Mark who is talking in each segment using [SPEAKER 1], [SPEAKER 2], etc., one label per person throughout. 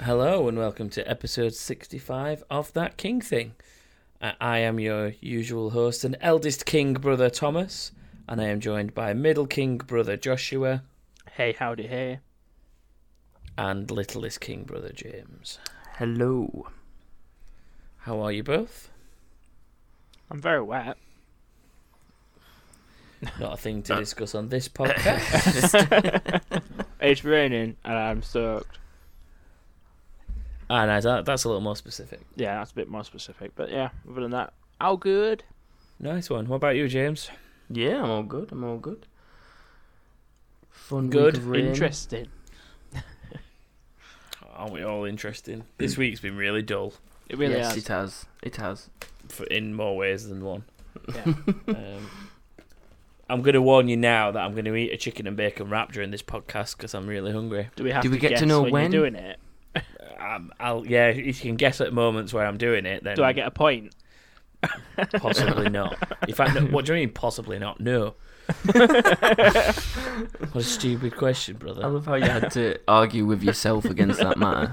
[SPEAKER 1] Hello and welcome to episode 65 of That King Thing. I- I am your usual host and eldest King brother Thomas, and I am joined by middle King brother Joshua
[SPEAKER 2] Hey, howdy, hey.
[SPEAKER 1] and littlest King brother James.
[SPEAKER 3] Hello.
[SPEAKER 1] How are you both?
[SPEAKER 2] I'm very wet.
[SPEAKER 1] Not a thing to discuss on this podcast.
[SPEAKER 2] It's raining and I'm soaked.
[SPEAKER 1] Ah, no, that, that's a little more specific.
[SPEAKER 2] Yeah, that's a bit more specific, but yeah, other than that, all good.
[SPEAKER 1] Nice one. What about you, James?
[SPEAKER 3] Yeah, I'm all good. I'm all good. Fun
[SPEAKER 1] Good.
[SPEAKER 3] Week of rain.
[SPEAKER 2] Interesting.
[SPEAKER 1] Aren't we all interesting? This week's been really dull
[SPEAKER 2] It really
[SPEAKER 3] yes,
[SPEAKER 2] has.
[SPEAKER 3] it has. It has.
[SPEAKER 1] for, in more ways than one.
[SPEAKER 2] Yeah.
[SPEAKER 1] Um, I'm going to warn you now that I'm going to eat a chicken and bacon wrap during this podcast because I'm really hungry.
[SPEAKER 2] Do we have
[SPEAKER 3] Do we
[SPEAKER 2] to
[SPEAKER 3] get to
[SPEAKER 2] guess
[SPEAKER 3] know
[SPEAKER 2] when,
[SPEAKER 3] when?
[SPEAKER 2] you're doing it?
[SPEAKER 1] Um, I'll yeah, if you can guess at moments where I'm doing it, then
[SPEAKER 2] Do I get a point?
[SPEAKER 1] possibly not. In fact, no, what do you mean possibly not? No. what a stupid question,
[SPEAKER 3] I
[SPEAKER 1] brother.
[SPEAKER 3] love how you had to argue with yourself against that matter.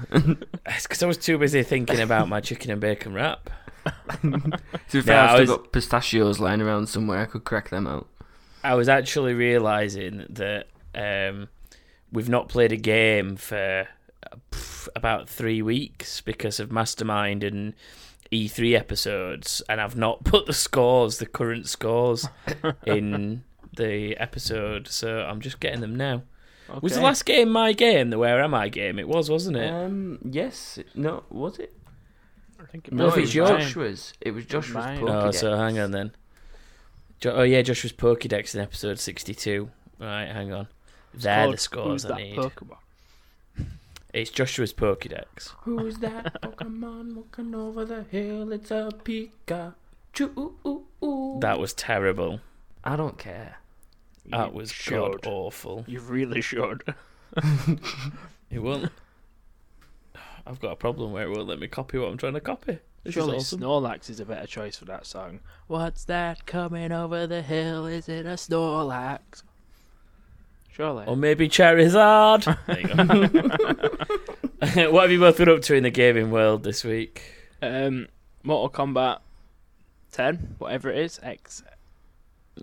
[SPEAKER 1] It's because I was too busy thinking about my chicken and bacon wrap.
[SPEAKER 3] to be fair,
[SPEAKER 1] I
[SPEAKER 3] I've still
[SPEAKER 1] was-
[SPEAKER 3] got pistachios lying around somewhere. I could crack them out.
[SPEAKER 1] I was actually realizing that um, we've not played a game for uh, pff, about three weeks because of Mastermind and E3 episodes, and I've not put the scores, the current scores, in the episode, so I'm just getting them now. Was the
[SPEAKER 2] Okay. Uh,
[SPEAKER 1] last game my game? The Where Am I game? It was, wasn't it?
[SPEAKER 3] Um, yes. No, was it?
[SPEAKER 2] I think it
[SPEAKER 3] No,
[SPEAKER 1] if
[SPEAKER 2] might
[SPEAKER 3] it
[SPEAKER 2] be
[SPEAKER 3] was
[SPEAKER 1] yours-
[SPEAKER 2] mine.
[SPEAKER 3] Joshua's. It was Joshua's
[SPEAKER 2] Mine.
[SPEAKER 3] Pokédex.
[SPEAKER 1] oh, so hang on then. Jo- oh, yeah, Joshua's Pokedex in episode 62. Right, hang on.
[SPEAKER 2] It's
[SPEAKER 1] They're
[SPEAKER 2] called
[SPEAKER 1] the scores
[SPEAKER 2] Who's
[SPEAKER 1] I
[SPEAKER 2] that
[SPEAKER 1] need.
[SPEAKER 2] Pokemon?
[SPEAKER 1] It's Joshua's Pokedex.
[SPEAKER 3] Who is that Pokemon walking over the hill? It's a Pikachu.
[SPEAKER 1] That was terrible.
[SPEAKER 3] I don't care.
[SPEAKER 1] That
[SPEAKER 2] You
[SPEAKER 1] was
[SPEAKER 2] should.
[SPEAKER 1] god awful.
[SPEAKER 2] You really should.
[SPEAKER 1] It won't. I've got a problem where it won't let me copy what I'm trying to copy. This
[SPEAKER 2] Surely
[SPEAKER 1] is awesome.
[SPEAKER 2] Snorlax is a better choice for that song. What's that coming over the hill? Is it a Snorlax? Surely.
[SPEAKER 1] Or maybe Charizard. There you go. what have you both been up to in the gaming world this week?
[SPEAKER 2] Um, Mortal Kombat 10, whatever it is, X,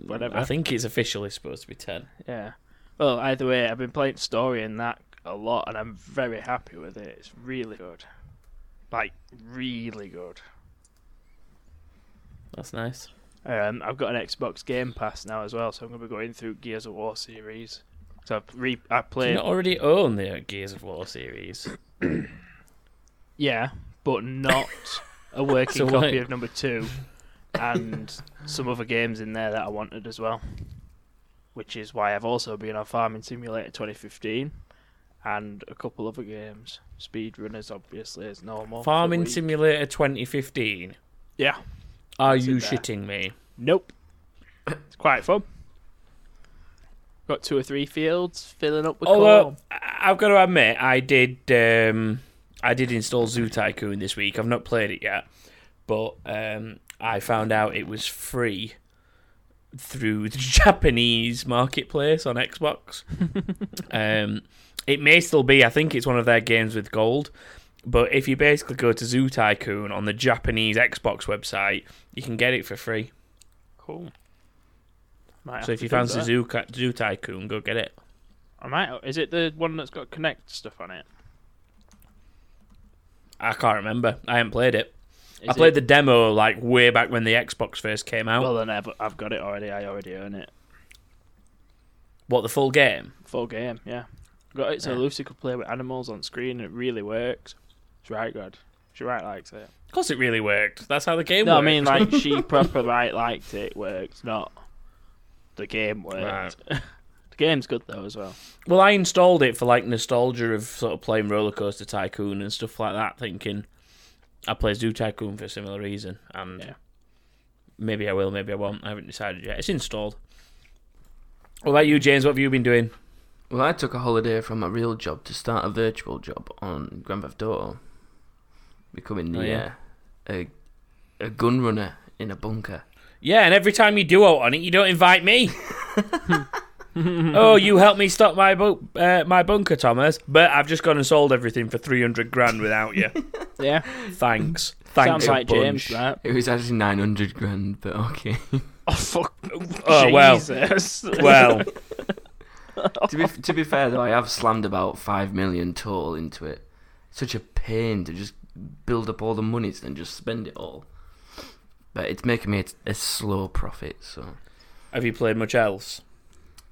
[SPEAKER 2] whatever.
[SPEAKER 1] I think it's officially supposed to be ten.
[SPEAKER 2] Yeah. Well, either way, I've been playing story in that a lot, and I'm very happy with it. It's really good, like really good.
[SPEAKER 1] That's nice.
[SPEAKER 2] Um, I've got an Xbox Game Pass now as well, so I'm gonna be going through Gears of War series. So I've re- I
[SPEAKER 1] Do you
[SPEAKER 2] played,
[SPEAKER 1] not already own the Gears of War series?
[SPEAKER 2] yeah, but not a
[SPEAKER 1] So
[SPEAKER 2] working
[SPEAKER 1] why-
[SPEAKER 2] copy of number two, and some other games in there that I wanted as well. Which is why I've also been on Farming Simulator 2015 and a couple other games. Speedrunners, obviously, is normal. for
[SPEAKER 1] Farming
[SPEAKER 2] week.
[SPEAKER 1] Simulator 2015.
[SPEAKER 2] Yeah.
[SPEAKER 1] Are
[SPEAKER 2] It's in
[SPEAKER 1] you
[SPEAKER 2] there.
[SPEAKER 1] shitting me?
[SPEAKER 2] Nope. It's quite fun. Got two or three fields filling up with
[SPEAKER 1] Although
[SPEAKER 2] corn.
[SPEAKER 1] I- I've got to admit, I did um, I did install Zoo Tycoon this week. I've not played it yet, but um, I found out it was free through the Japanese marketplace on Xbox. um, it may still be. I think it's one of their games with gold. But if you basically go to Zoo Tycoon on the Japanese Xbox website, you can get it for free.
[SPEAKER 2] Cool. Might
[SPEAKER 1] So if
[SPEAKER 2] have to
[SPEAKER 1] you
[SPEAKER 2] do
[SPEAKER 1] fancy
[SPEAKER 2] that.
[SPEAKER 1] Zoo, Ca- Zoo Tycoon, go get it.
[SPEAKER 2] I might. Is it the one that's got Connect stuff on it?
[SPEAKER 1] I can't remember. I haven't played it.
[SPEAKER 2] Is
[SPEAKER 1] I played
[SPEAKER 2] it-
[SPEAKER 1] the demo like way back when the Xbox first came out.
[SPEAKER 2] Well, then I've, I've got it already. I already own it.
[SPEAKER 1] what the full game?
[SPEAKER 2] Full game, yeah. Got it so
[SPEAKER 1] Yeah.
[SPEAKER 2] Lucy could play with animals on screen. It really works. It's right good. She right likes it.
[SPEAKER 1] Of course, it really worked. That's how the game.
[SPEAKER 2] no,
[SPEAKER 1] worked.
[SPEAKER 2] I mean like she proper right liked it. Works not. The game worked. the game's good though as well.
[SPEAKER 1] well, I installed it for like nostalgia of sort of playing Roller Coaster Tycoon and stuff like that. Thinking I play Zoo Tycoon for a similar reason, and
[SPEAKER 2] Yeah.
[SPEAKER 1] maybe I will, maybe I won't. I haven't decided yet. It's installed. What about you, James? What have you been doing?
[SPEAKER 3] Well, I took a holiday from my real job to start a virtual job on Grand Theft Auto, becoming the
[SPEAKER 1] Oh, yeah.
[SPEAKER 3] uh, a a gun runner in a bunker.
[SPEAKER 1] Yeah, and every time you do out on it, you don't invite me. oh, you helped me stop my bu- uh, my bunker, Thomas, but I've just gone and sold everything for three hundred grand without you.
[SPEAKER 2] Yeah,
[SPEAKER 1] Thanks. Thanks,
[SPEAKER 2] sounds
[SPEAKER 1] a
[SPEAKER 2] like
[SPEAKER 1] bunch.
[SPEAKER 2] James. Right?
[SPEAKER 3] It was actually 900 grand, but okay.
[SPEAKER 2] Oh fuck!
[SPEAKER 1] Oh, well.
[SPEAKER 2] Jesus.
[SPEAKER 1] Well,
[SPEAKER 3] to, be, to be fair, though, I have slammed about 5 million total into it. Such a pain to just build up all the monies and just spend it all. But it's making me a, a slow profit, so.
[SPEAKER 1] have you played much else?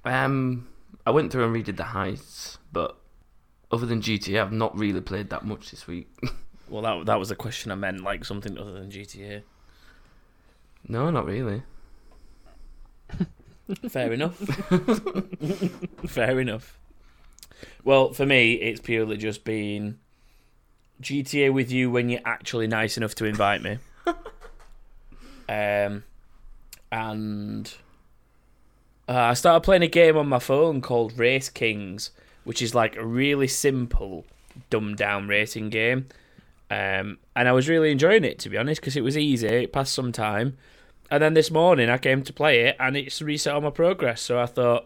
[SPEAKER 3] Um, I went through and redid the heights, but other than GTA, I've not really played that much this week.
[SPEAKER 1] Well, that that was the question I meant, like something other than GTA.
[SPEAKER 3] No, not really.
[SPEAKER 1] Fair enough. Fair enough. Well, for me, it's purely just been GTA with you when you're actually nice enough to invite me. um, and uh, I started playing a game on my phone called Race Kings, which is like a really simple, dumbed down racing game. Um, and I was really enjoying it to be honest because it was easy. It passed some time, and then this morning I came to play it and it's reset all my progress. So I thought,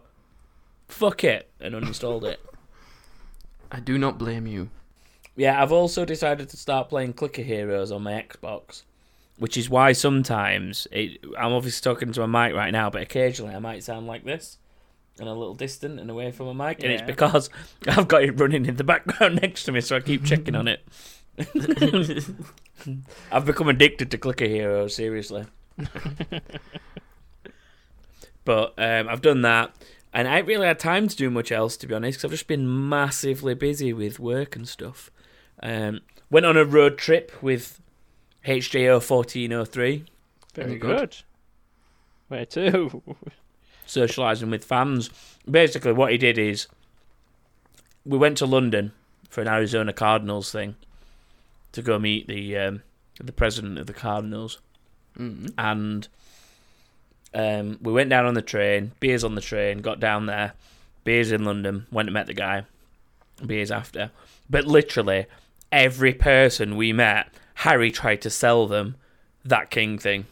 [SPEAKER 1] fuck it, and uninstalled it.
[SPEAKER 3] I do not blame you.
[SPEAKER 1] Yeah, I've also decided to start playing Clicker Heroes on my Xbox, which is why sometimes it, I'm obviously talking to my mic right now, but occasionally I might sound like this and a little distant and away from my mic, and it's
[SPEAKER 2] Yeah.
[SPEAKER 1] because I've got it running in the background next to me, so I keep checking on it. I've become addicted to Clicker Heroes, seriously. but um, I've done that, and I ain't really had time to do much else, to be honest, 'cause I've just been massively busy with work and stuff. Um, went on a road trip with HJO1403,
[SPEAKER 2] Very
[SPEAKER 3] Very
[SPEAKER 2] good.
[SPEAKER 3] good.
[SPEAKER 2] Where to?
[SPEAKER 1] socialising with fans. Basically, what he did is we went to London for an Arizona Cardinals thing to go meet the um, the president of the Cardinals.
[SPEAKER 3] Mm.
[SPEAKER 1] and um, we went down on the train. Beers on the train. Got down there. Beers in London. Went and met the guy. Beers after. But literally every person we met, Harry tried to sell them that King thing.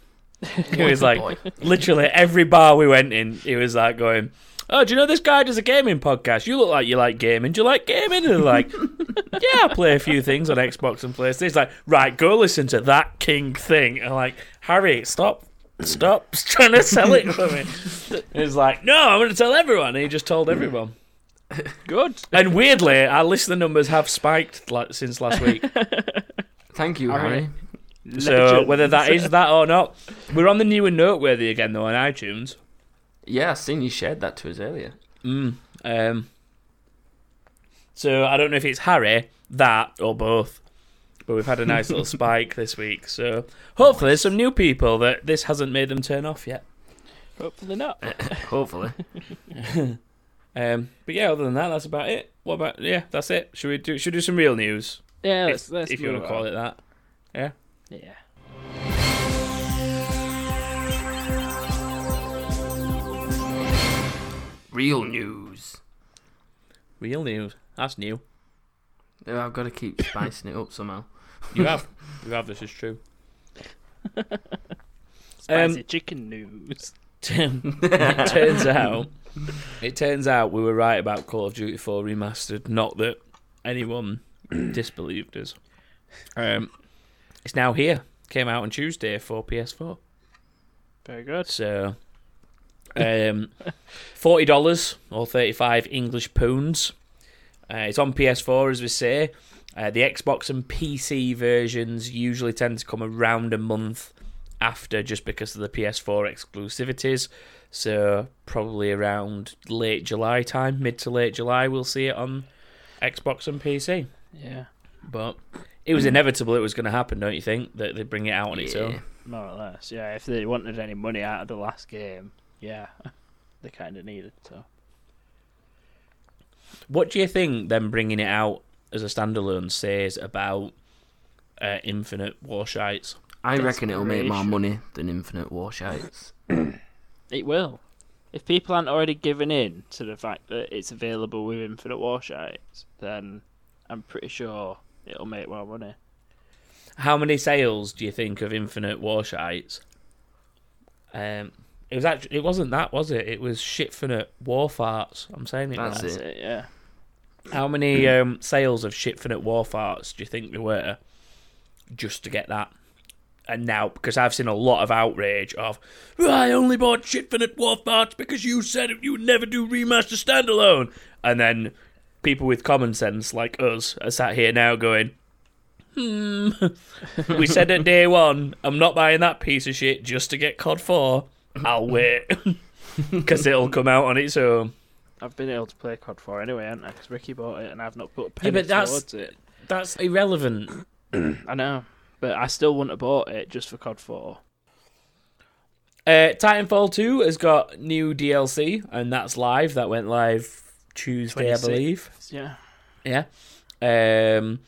[SPEAKER 1] He was like,
[SPEAKER 3] Boy.
[SPEAKER 1] literally every bar we went in, he was like going. Oh, do you know this guy does a gaming podcast? You look like you like gaming. Do you like gaming? And they're like, yeah, I play a few things on Xbox and PlayStation. He's like, right, go listen to that King thing. And I'm like, Harry, stop, stop trying to sell it for me. He's like, no, I'm going to tell everyone. And he just told everyone.
[SPEAKER 2] Good.
[SPEAKER 1] And weirdly, our listener numbers have spiked like, since last week.
[SPEAKER 3] Thank you,
[SPEAKER 2] All
[SPEAKER 3] Harry.
[SPEAKER 1] So whether that is that or not, we're on the new and noteworthy again though on iTunes.
[SPEAKER 3] Yeah, I seen you shared that to us earlier.
[SPEAKER 1] Mm, um. So I don't know if it's Harry, that, or both. But we've had a nice little spike this week, so hopefully there's some new people that this hasn't made them turn off yet.
[SPEAKER 2] hopefully not.
[SPEAKER 1] Eh,
[SPEAKER 3] Hopefully.
[SPEAKER 1] Um, but yeah, other than that, that's about it. What about yeah? That's it. Should we do? Should we do some real news?
[SPEAKER 2] Yeah,
[SPEAKER 1] If-
[SPEAKER 2] let's, let's
[SPEAKER 1] if you want to
[SPEAKER 2] move
[SPEAKER 1] call
[SPEAKER 2] on.
[SPEAKER 1] it that.
[SPEAKER 2] Yeah.
[SPEAKER 3] Real news.
[SPEAKER 1] Real news. That's new.
[SPEAKER 3] Yeah, I've got to keep spicing it up somehow.
[SPEAKER 1] You have, you have. This is true.
[SPEAKER 2] Spicy
[SPEAKER 1] Um,
[SPEAKER 2] chicken news.
[SPEAKER 1] Tim, it turns out, it turns out we were right about Call of Duty 4 remastered. Not that anyone disbelieved us. Um, it's now here. Came out on Tuesday for PS4.
[SPEAKER 2] Very good.
[SPEAKER 1] So, um, forty dollars or thirty-five English pounds. Uh, it's on PS4, as we say. Uh, the Xbox and PC versions usually tend to come around a month after, just because of the PS4 exclusivities. So probably around late July time, mid to late July, we'll see it on Xbox and PC.
[SPEAKER 2] Yeah,
[SPEAKER 1] But it was inevitable; it was going to happen, don't you think? That they bring it out on its
[SPEAKER 3] Yeah.
[SPEAKER 1] own.
[SPEAKER 2] more or less. Yeah, if they wanted any money out of the last game, yeah, they kind of needed so.
[SPEAKER 1] What do you think them bringing it out as a standalone says about uh, Infinite War Shites?
[SPEAKER 3] I reckon it'll make more
[SPEAKER 2] Desperation.
[SPEAKER 3] money than Infinite War Shites.
[SPEAKER 2] It will. If people aren't already given in to the fact that it's available with Infinite Warshites, then I'm pretty sure it'll make well money.
[SPEAKER 1] How many sales do you think of Infinite War Shites um, It was actually it wasn't that, was it? It was Shitfinite Wharf Arts. I'm saying it wrong.
[SPEAKER 3] That's
[SPEAKER 2] That's
[SPEAKER 3] it.
[SPEAKER 2] it. Yeah.
[SPEAKER 1] How many um, sales of Shitfinite Wharf Arts do you think there were just to get that? And now, because I've seen a lot of outrage of, "Well, I only bought Shitfinite Wharf Arts because you said you would never do remaster standalone. And then people with common sense like us are sat here now going, hmm, we said at day one, I'm not buying that piece of shit just to get COD 4. I'll wait. Because it'll come out on its own.
[SPEAKER 2] I've been able to play COD 4 anyway, haven't I? Because Ricky bought it and I've not put a
[SPEAKER 1] Yeah,
[SPEAKER 2] penny
[SPEAKER 1] but that's-
[SPEAKER 2] towards it.
[SPEAKER 1] That's irrelevant.
[SPEAKER 2] I know. But I still wouldn't have bought it just for COD 4.
[SPEAKER 1] Uh, Titanfall 2 has got new DLC, and that's live. That went live Tuesday, I
[SPEAKER 2] 26th.
[SPEAKER 1] believe.
[SPEAKER 2] Yeah.
[SPEAKER 1] Yeah. Um,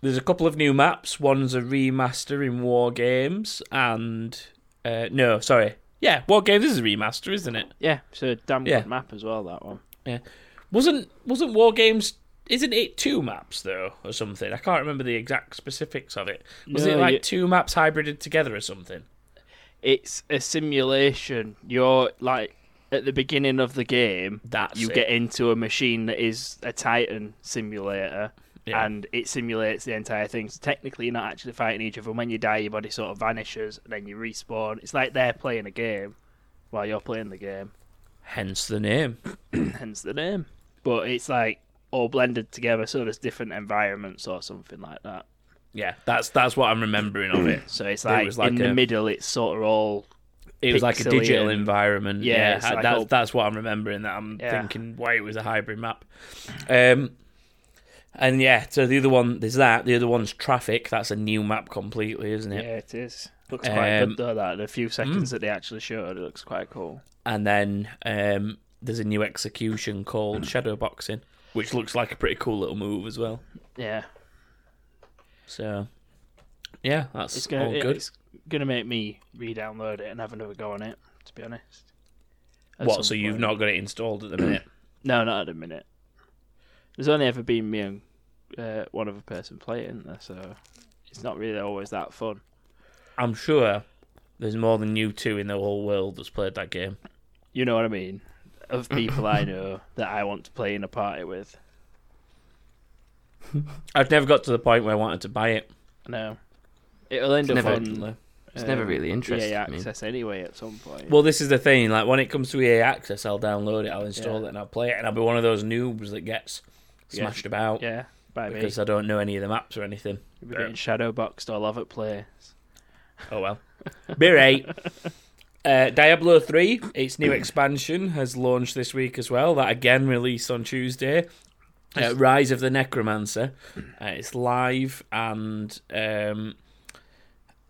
[SPEAKER 1] there's a couple of new maps. One's a remaster in War Games, and. Uh, no, sorry. Yeah, War Games is a remaster, isn't it?
[SPEAKER 2] Yeah. So a damn
[SPEAKER 1] Yeah.
[SPEAKER 2] good map as well, that one.
[SPEAKER 1] Wasn't wasn't War Games. Isn't it two maps, though, or something? I can't remember the exact specifics of it. Was
[SPEAKER 2] No,
[SPEAKER 1] it like
[SPEAKER 2] you-
[SPEAKER 1] two maps hybrided together or something?
[SPEAKER 2] It's a simulation. You're like at the beginning of the game,
[SPEAKER 1] That's
[SPEAKER 2] you
[SPEAKER 1] it.
[SPEAKER 2] get into a machine that is a Titan simulator.
[SPEAKER 1] Yeah.
[SPEAKER 2] And it simulates the entire thing. So technically, you're not actually fighting each other. When you die, your body sort of vanishes, and then you respawn. It's like they're playing a game while you're playing the game.
[SPEAKER 1] Hence the name.
[SPEAKER 2] hence the name. But it's like all blended together, so there's different environments or something like that.
[SPEAKER 1] Yeah, that's that's what I'm remembering of it.
[SPEAKER 2] So it's
[SPEAKER 1] It
[SPEAKER 2] like,
[SPEAKER 1] was like
[SPEAKER 2] in the
[SPEAKER 1] a-
[SPEAKER 2] middle, it's sort of all
[SPEAKER 1] It was like a digital
[SPEAKER 2] Pixelian.
[SPEAKER 1] environment.
[SPEAKER 2] Yeah,
[SPEAKER 1] Yeah,
[SPEAKER 2] it's like
[SPEAKER 1] that's
[SPEAKER 2] all-
[SPEAKER 1] that's what I'm remembering. That I'm
[SPEAKER 2] Yeah.
[SPEAKER 1] thinking why it was a hybrid map. Um, and yeah, so the other one there's that. The other one's traffic. That's a new map completely, isn't
[SPEAKER 2] yeah,
[SPEAKER 1] it?
[SPEAKER 2] it is. Looks quite
[SPEAKER 1] Um,
[SPEAKER 2] good though. That the few seconds that they actually showed, it looks quite cool.
[SPEAKER 1] And then um, there's a new execution called shadow boxing, which looks like a pretty cool little move as well.
[SPEAKER 2] Yeah,
[SPEAKER 1] So yeah, that's
[SPEAKER 2] it's gonna
[SPEAKER 1] all
[SPEAKER 2] it-
[SPEAKER 1] good.
[SPEAKER 2] it's gonna make me re-download it and have another go on it. To be honest. At
[SPEAKER 1] what?
[SPEAKER 2] some
[SPEAKER 1] So you've
[SPEAKER 2] point.
[SPEAKER 1] not got it installed at the minute?
[SPEAKER 2] No, not at a minute. There's only ever been me and uh, one other person play it, isn't there? So it's not really always that fun.
[SPEAKER 1] I'm sure there's more than you two in the whole world that's played that game.
[SPEAKER 2] you know what I mean, of people I know that I want to play in a party with.
[SPEAKER 1] I've never got to the point where I wanted to buy it.
[SPEAKER 2] No, it'll end
[SPEAKER 3] It's
[SPEAKER 2] up
[SPEAKER 3] never-
[SPEAKER 2] on. um,
[SPEAKER 3] It's never really interested
[SPEAKER 2] yeah,
[SPEAKER 3] me.
[SPEAKER 2] access anyway at some point.
[SPEAKER 1] Well, this is the thing. Like when it comes to EA Access, I'll download it, I'll install
[SPEAKER 2] Yeah.
[SPEAKER 1] it, and I'll play it, and I'll be one of those noobs that gets
[SPEAKER 2] Yeah.
[SPEAKER 1] smashed about
[SPEAKER 2] yeah, by me.
[SPEAKER 1] because I don't know any of the maps or anything.
[SPEAKER 2] You'll be getting shadow boxed all over the place.
[SPEAKER 1] Oh well, beer eight. Uh, Diablo 3, its new expansion, has launched this week as well. That again released on Tuesday. Uh, Rise of the Necromancer. Uh, it's live, and um,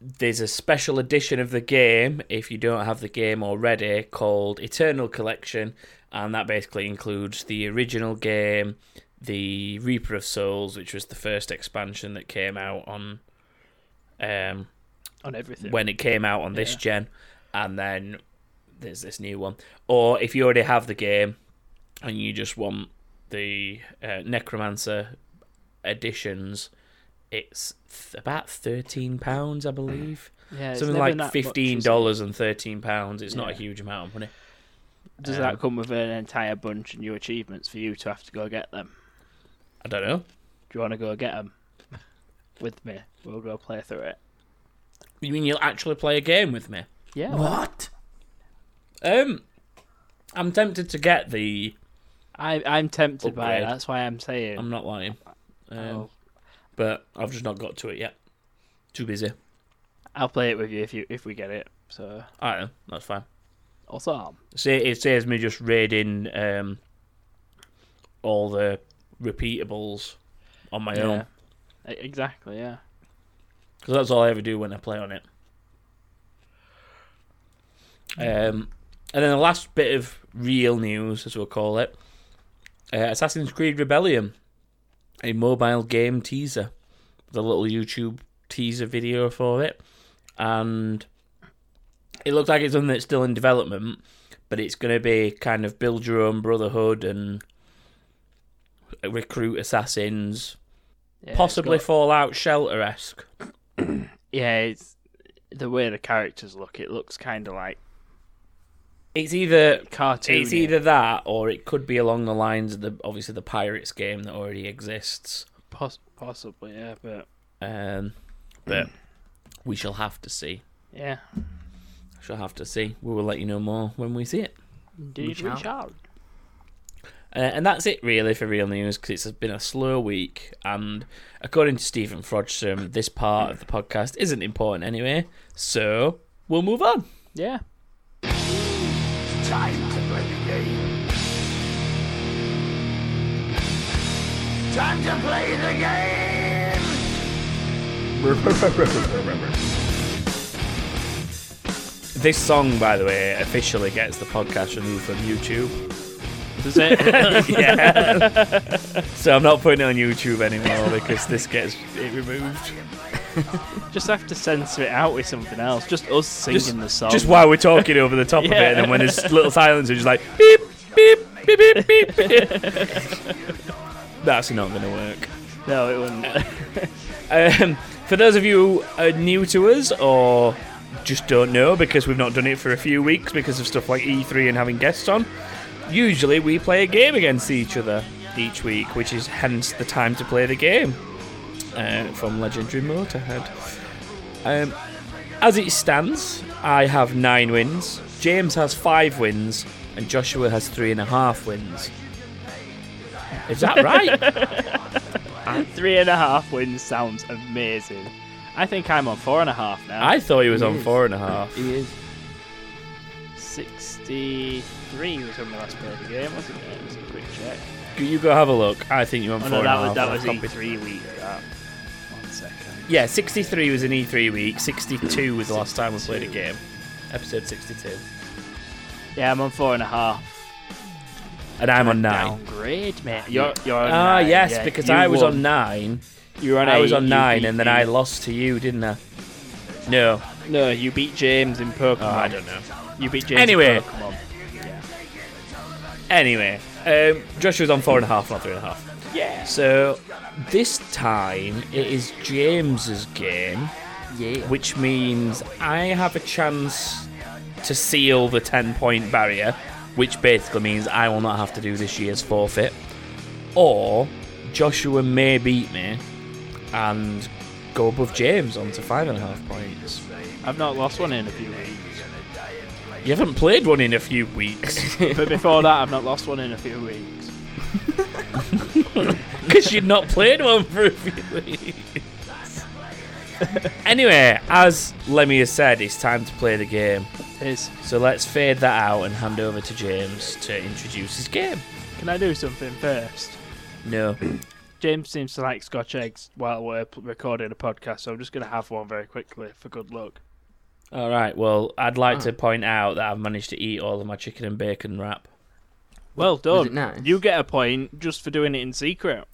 [SPEAKER 1] there's a special edition of the game if you don't have the game already called Eternal Collection, and that basically includes the original game, the Reaper of Souls, which was the first expansion that came out on. Um,
[SPEAKER 2] On everything.
[SPEAKER 1] when it came out on this gen, and then there's this new one. Or if you already have the game and you just want the uh, Necromancer editions, it's th- about thirteen pounds, I believe,
[SPEAKER 2] yeah, it's
[SPEAKER 1] something
[SPEAKER 2] never
[SPEAKER 1] like
[SPEAKER 2] that much,
[SPEAKER 1] fifteen
[SPEAKER 2] is it?
[SPEAKER 1] dollars and thirteen pounds. It's not a
[SPEAKER 2] Yeah.
[SPEAKER 1] huge amount of money.
[SPEAKER 2] Does
[SPEAKER 1] um,
[SPEAKER 2] that come with an entire bunch of new achievements for you to have to go get them?
[SPEAKER 1] I don't know.
[SPEAKER 2] Do you want to go get them with me? We'll go play through it.
[SPEAKER 1] You mean you'll actually play a game with me?
[SPEAKER 2] Yeah. well,
[SPEAKER 3] What?
[SPEAKER 1] Um, I'm tempted to get the.
[SPEAKER 2] I, I'm tempted by it.
[SPEAKER 1] Upgrade.
[SPEAKER 2] That's why I'm saying.
[SPEAKER 1] I'm not lying, um,
[SPEAKER 2] I'll,
[SPEAKER 1] but I've just not got to it yet. Too busy.
[SPEAKER 2] I'll play it with you if you if we get it. So
[SPEAKER 1] I don't know. That's fine.
[SPEAKER 2] also,
[SPEAKER 1] Say it saves me just raiding um, all the repeatables on my own. 'Cause own
[SPEAKER 2] E- Exactly, yeah.
[SPEAKER 1] because that's all I ever do when I play on it. Um, and then the last bit of real news, as we'll call it, uh, Assassin's Creed Rebellion, a mobile game teaser, the little YouTube teaser video for it, and it looks like it's something that's still in development, but it's going to be kind of build your own brotherhood and recruit assassins,
[SPEAKER 2] Yeah, it's
[SPEAKER 1] possibly
[SPEAKER 2] got-
[SPEAKER 1] Fallout Shelter esque.
[SPEAKER 2] yeah, it's the way the characters look. It looks kind of like
[SPEAKER 1] It's either
[SPEAKER 2] Cartoon.
[SPEAKER 1] it's either that or it could be along the lines of the obviously the pirates game that already exists.
[SPEAKER 2] Poss- possibly, yeah, but
[SPEAKER 1] Um, but we shall have to see.
[SPEAKER 2] yeah,
[SPEAKER 1] Shall have to see. We will let you know more when we see it.
[SPEAKER 2] indeed,
[SPEAKER 3] Reach out.
[SPEAKER 2] reach out.
[SPEAKER 1] Uh, and that's it, really, for real news, because it's been a slow week. And according to Stephen Frodsham, this part of the podcast isn't important anyway. So we'll move on.
[SPEAKER 2] Yeah.
[SPEAKER 4] Time to play the game. Time to play the game.
[SPEAKER 1] This song, by the way, officially gets the podcast removed from YouTube.
[SPEAKER 2] Does it?
[SPEAKER 1] yeah. so I'm not putting it on YouTube anymore because this gets it removed.
[SPEAKER 2] just have to censor it out with something else. Just us singing the song.
[SPEAKER 1] Just while we're talking over the top of it, and then when there's little silence, we're just like beep, beep, beep, beep, beep. beep. That's not going to work.
[SPEAKER 2] No, it wouldn't.
[SPEAKER 1] Um, for those of you who are new to us or just don't know because we've not done it for a few weeks because of stuff like E3 and having guests on, usually we play a game against each other each week, which is hence the time to play the game uh, from Legendary Motorhead. Um, as it stands, I have nine wins, James has five wins, and Joshua has three and a half wins. Is that right?
[SPEAKER 2] Three and a half wins sounds amazing. I think I'm on four and a half now.
[SPEAKER 1] I thought he was
[SPEAKER 3] He
[SPEAKER 1] on
[SPEAKER 3] is.
[SPEAKER 1] four and a half.
[SPEAKER 3] He is.
[SPEAKER 2] 63 was when we last played the game, wasn't it? It was a quick check.
[SPEAKER 1] You go have a look. I think you're on
[SPEAKER 2] Oh,
[SPEAKER 1] four
[SPEAKER 2] no,
[SPEAKER 1] and a
[SPEAKER 2] that was,
[SPEAKER 1] half.
[SPEAKER 2] that was
[SPEAKER 1] I've copied-
[SPEAKER 2] E3 week. Ah. That. One second.
[SPEAKER 1] Yeah, 63 was an E3 week. 62 was the last time we played a game. Episode 62.
[SPEAKER 2] Yeah, I'm on four and a half.
[SPEAKER 1] And I'm on nine.
[SPEAKER 2] Downgrade, mate. You're, you're on
[SPEAKER 1] Ah,
[SPEAKER 2] nine,
[SPEAKER 1] yes,
[SPEAKER 2] yeah.
[SPEAKER 1] because
[SPEAKER 2] You
[SPEAKER 1] I was
[SPEAKER 2] won.
[SPEAKER 1] on nine.
[SPEAKER 2] You were on
[SPEAKER 1] I was
[SPEAKER 2] eight,
[SPEAKER 1] on
[SPEAKER 2] you
[SPEAKER 1] nine,
[SPEAKER 2] beat
[SPEAKER 1] and then
[SPEAKER 2] me.
[SPEAKER 1] I lost to you, didn't I? No,
[SPEAKER 2] No, you beat James in Pokemon.
[SPEAKER 1] Oh, I don't know.
[SPEAKER 2] You beat James
[SPEAKER 1] Anyway.
[SPEAKER 2] in Pokemon.
[SPEAKER 1] Anyway, um, Joshua's on four and a half, not three and a half.
[SPEAKER 2] Yeah.
[SPEAKER 1] So this time it is James's game,
[SPEAKER 3] Yeah.
[SPEAKER 1] which means I have a chance to seal the 10 point barrier, which basically means I will not have to do this year's forfeit. Or Joshua may beat me and go above James onto five and a half points.
[SPEAKER 2] I've not lost one in a few weeks.
[SPEAKER 1] You haven't played one in a few weeks
[SPEAKER 2] But before that, I've not lost one in a few weeks.
[SPEAKER 1] because you've not played one for a few weeks. anyway, as Lemmy has said, it's time to play the game.
[SPEAKER 2] Is
[SPEAKER 1] So let's fade that out and hand over to James to introduce his game.
[SPEAKER 2] can I do something first?
[SPEAKER 1] No.
[SPEAKER 2] James seems to like Scotch eggs while we're p- recording a podcast, so I'm just going to have one very quickly for good luck.
[SPEAKER 1] All right. Well, I'd like
[SPEAKER 2] Hmm.
[SPEAKER 1] to point out that I've managed to eat all of my chicken and bacon wrap.
[SPEAKER 2] Well done.
[SPEAKER 3] it nice?
[SPEAKER 2] You get a point just for doing it in secret.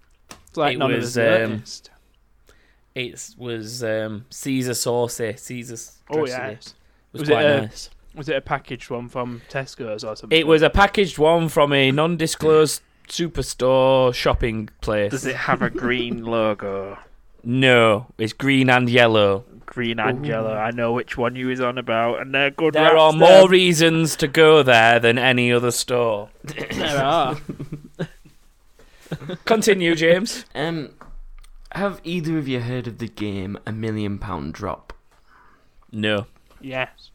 [SPEAKER 2] It's like
[SPEAKER 1] It
[SPEAKER 2] none
[SPEAKER 1] was,
[SPEAKER 2] of us
[SPEAKER 1] um,
[SPEAKER 2] noticed.
[SPEAKER 1] It was um, Caesar saucy. Caesar's.
[SPEAKER 2] Oh
[SPEAKER 1] dressy.
[SPEAKER 2] yeah.
[SPEAKER 1] It was,
[SPEAKER 2] Was it,
[SPEAKER 1] quite
[SPEAKER 2] uh,
[SPEAKER 1] nice.
[SPEAKER 2] Was it a packaged one from Tesco's or something?
[SPEAKER 1] It was a packaged one from a non-disclosed superstore shopping place.
[SPEAKER 2] Does it have a green logo?
[SPEAKER 1] No, it's green and yellow.
[SPEAKER 2] Green and yellow. I know which one you was on about, and they're good.
[SPEAKER 1] There
[SPEAKER 2] wraps,
[SPEAKER 1] are
[SPEAKER 2] them.
[SPEAKER 1] more reasons to go there than any other store.
[SPEAKER 2] There are.
[SPEAKER 1] Continue, James.
[SPEAKER 3] Um, have either of you heard of the game A Million Pound Drop?
[SPEAKER 1] no.
[SPEAKER 2] yes.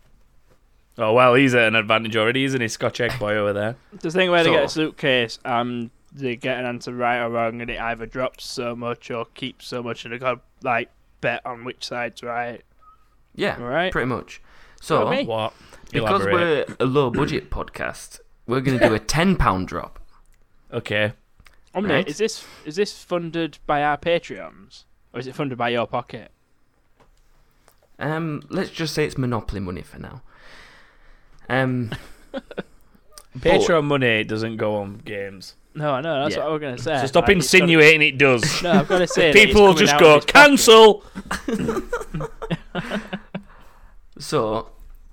[SPEAKER 1] Oh well, he's at an advantage already, isn't he? Scotch egg boy over there.
[SPEAKER 2] The thing where they
[SPEAKER 3] Sort
[SPEAKER 2] get a
[SPEAKER 3] of.
[SPEAKER 2] suitcase and they get an answer right or wrong, and it either drops so much or keeps so much, and they got like bet on which side's right.
[SPEAKER 3] Yeah,
[SPEAKER 2] Right.
[SPEAKER 3] pretty much. So,
[SPEAKER 2] Got me?
[SPEAKER 1] What?
[SPEAKER 3] because
[SPEAKER 1] Elaborate.
[SPEAKER 3] we're a low budget podcast, we're going to do a £10 pound drop.
[SPEAKER 1] okay.
[SPEAKER 2] Oh, mate,
[SPEAKER 3] Right.
[SPEAKER 2] is this is this funded by our Patreons or is it funded by your pocket?
[SPEAKER 3] Um, let's just say it's Monopoly money for now. Um,
[SPEAKER 1] Patreon money doesn't go on games.
[SPEAKER 2] No, I know that's
[SPEAKER 3] Yeah.
[SPEAKER 2] what I was gonna say.
[SPEAKER 1] So stop
[SPEAKER 2] Like, it's gotta-
[SPEAKER 1] insinuating it does.
[SPEAKER 2] No, I've got to say, that it's
[SPEAKER 1] People will just
[SPEAKER 2] coming out
[SPEAKER 1] go
[SPEAKER 2] of his pocket.
[SPEAKER 1] cancel.
[SPEAKER 3] so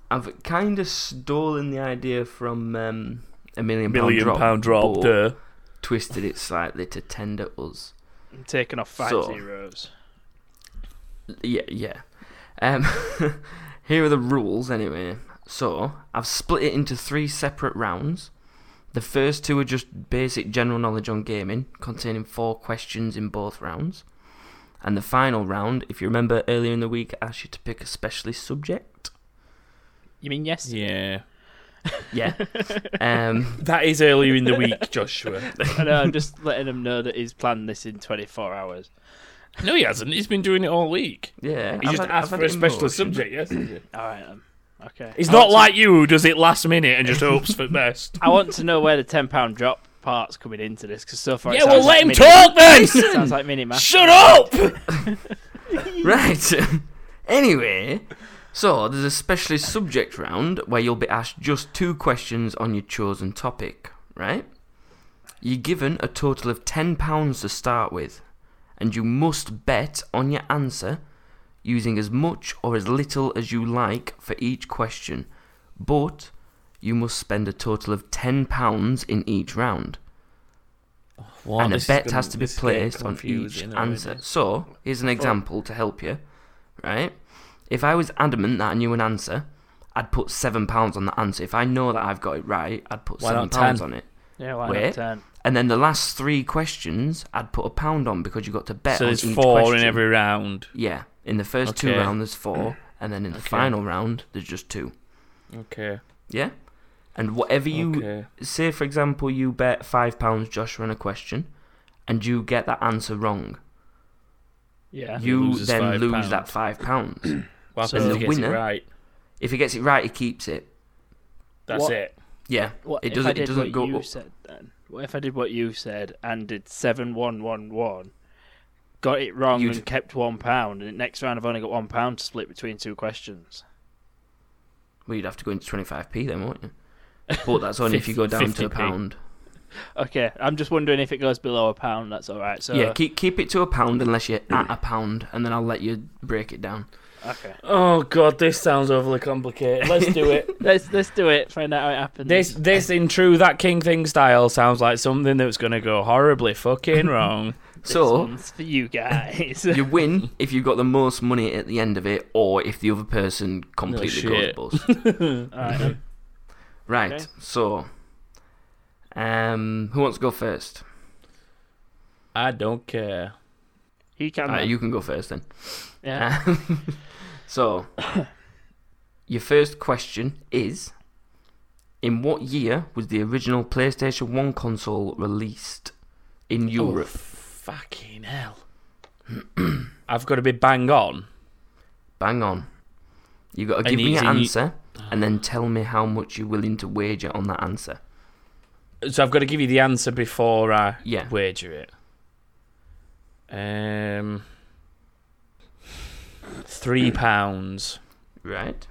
[SPEAKER 3] I've kind of stolen the idea from um, a million pound
[SPEAKER 1] Million
[SPEAKER 3] drop,
[SPEAKER 1] pound drop.
[SPEAKER 3] but
[SPEAKER 1] Duh.
[SPEAKER 3] twisted it slightly to tender us.
[SPEAKER 2] I'm taking off five
[SPEAKER 3] So.
[SPEAKER 2] zeros.
[SPEAKER 3] Yeah, yeah. Um, here are the rules anyway. So I've split it into three separate rounds. The first two are just basic general knowledge on gaming, containing four questions in both rounds. And the final round, if you remember earlier in the week, I asked you to pick a specialist subject.
[SPEAKER 2] You mean yes?
[SPEAKER 1] Yeah.
[SPEAKER 3] Yeah. um,
[SPEAKER 1] That is earlier in the week, Joshua.
[SPEAKER 2] I know, I'm just letting him know that he's planned this in 24 hours.
[SPEAKER 1] no, he hasn't. He's been doing it all week.
[SPEAKER 3] yeah.
[SPEAKER 1] He
[SPEAKER 3] I've
[SPEAKER 1] just
[SPEAKER 3] had-
[SPEAKER 1] asked
[SPEAKER 3] I've had
[SPEAKER 1] for a
[SPEAKER 3] it in
[SPEAKER 1] specialist
[SPEAKER 3] motion.
[SPEAKER 1] subject, Oh, yes.
[SPEAKER 2] All right, then. Okay.
[SPEAKER 1] He's not like you who does it last minute and just hopes for best.
[SPEAKER 2] I want to know where the £10 drop part's coming into this, because so far it
[SPEAKER 1] yeah, well,
[SPEAKER 2] sounds
[SPEAKER 1] let
[SPEAKER 2] like
[SPEAKER 1] him
[SPEAKER 2] mini-
[SPEAKER 1] talk then!
[SPEAKER 2] it Sounds like mini math.
[SPEAKER 1] Shut up!
[SPEAKER 3] Right. anyway, so there's a specialist subject round where you'll be asked just two questions on your chosen topic, right? You're given a total of £10 to start with, and you must bet on your answer using as much or as little as you like for each question, but you must spend a total of £10 in each round and a bet has to be placed on each answer. So, here's an example to help you, right? If I was adamant that I knew an answer, I'd put seven pounds on the answer. If I know that I've got it right, I'd put
[SPEAKER 1] Why
[SPEAKER 3] seven
[SPEAKER 1] not
[SPEAKER 3] pounds
[SPEAKER 1] 10?
[SPEAKER 3] on it.
[SPEAKER 2] Yeah, why
[SPEAKER 3] Wait.
[SPEAKER 2] not 10?
[SPEAKER 3] And then the last three questions, I'd put a pound on because you got to bet
[SPEAKER 1] So
[SPEAKER 3] on
[SPEAKER 1] there's
[SPEAKER 3] each
[SPEAKER 1] four
[SPEAKER 3] question.
[SPEAKER 1] in every round.
[SPEAKER 3] Yeah, in the first two
[SPEAKER 1] Okay.
[SPEAKER 3] rounds there's four, and then in the
[SPEAKER 1] Okay.
[SPEAKER 3] final round there's just two.
[SPEAKER 1] Okay.
[SPEAKER 3] Yeah, and whatever you
[SPEAKER 1] okay.
[SPEAKER 3] say for example you bet five pounds Joshua on a question, and you get that answer wrong,
[SPEAKER 2] Yeah.
[SPEAKER 3] you
[SPEAKER 1] loses
[SPEAKER 3] then
[SPEAKER 1] five
[SPEAKER 3] lose
[SPEAKER 1] pounds.
[SPEAKER 3] that five pounds.
[SPEAKER 1] Well,
[SPEAKER 2] So
[SPEAKER 1] so
[SPEAKER 2] the
[SPEAKER 1] the
[SPEAKER 3] winner-
[SPEAKER 1] winner, right?
[SPEAKER 3] if he gets it right, he keeps it.
[SPEAKER 1] That's
[SPEAKER 2] What-
[SPEAKER 1] it.
[SPEAKER 3] Yeah,
[SPEAKER 2] What
[SPEAKER 3] it
[SPEAKER 2] if
[SPEAKER 3] doesn't-
[SPEAKER 2] I
[SPEAKER 3] it
[SPEAKER 2] did
[SPEAKER 3] doesn't
[SPEAKER 2] what
[SPEAKER 3] go
[SPEAKER 2] you
[SPEAKER 3] up.
[SPEAKER 2] said then? What if I did what you said and did seven one one one, got it wrong
[SPEAKER 3] You'd-
[SPEAKER 2] and kept one pound, and next round I've only got one pound to split between two questions.
[SPEAKER 3] well you'd have to go into twenty five p then, wouldn't you? But that's only if you go down to a
[SPEAKER 1] 50p.
[SPEAKER 3] pound.
[SPEAKER 1] Uh,
[SPEAKER 2] Okay, I'm just wondering if it goes below a pound. That's all right. So
[SPEAKER 3] yeah, keep keep it to a pound unless you're at a pound, and then I'll let you break it down.
[SPEAKER 2] okay,
[SPEAKER 1] Oh god, this sounds overly complicated. Let's do it.
[SPEAKER 2] let's let's do it. Find out how it happens.
[SPEAKER 1] this, this in true that King thing style sounds like something that's gonna go horribly fucking wrong.
[SPEAKER 2] This
[SPEAKER 3] So
[SPEAKER 2] one's for you guys.
[SPEAKER 3] you win if you've got the most money at the end of it, or if the other person completely
[SPEAKER 1] shit.
[SPEAKER 3] goes bust.
[SPEAKER 2] all right, then.
[SPEAKER 3] Right.
[SPEAKER 2] Okay.
[SPEAKER 3] So, um, who wants to go first?
[SPEAKER 1] I don't care.
[SPEAKER 2] he can.
[SPEAKER 3] Uh,
[SPEAKER 2] then.
[SPEAKER 3] you can go first then.
[SPEAKER 2] yeah.
[SPEAKER 3] Um, so, your first question is In what year was the original PlayStation 1 console released in Europe?
[SPEAKER 1] Oh, fucking hell. I've got to be bang on.
[SPEAKER 3] Bang on. you got to
[SPEAKER 1] An
[SPEAKER 3] give me
[SPEAKER 1] easy- Ah.
[SPEAKER 3] your answer and then tell me how much you're willing to wager on that answer.
[SPEAKER 1] So I've got to give you the answer before I
[SPEAKER 3] Yeah.
[SPEAKER 1] wager it. Um, three pounds.
[SPEAKER 3] Right?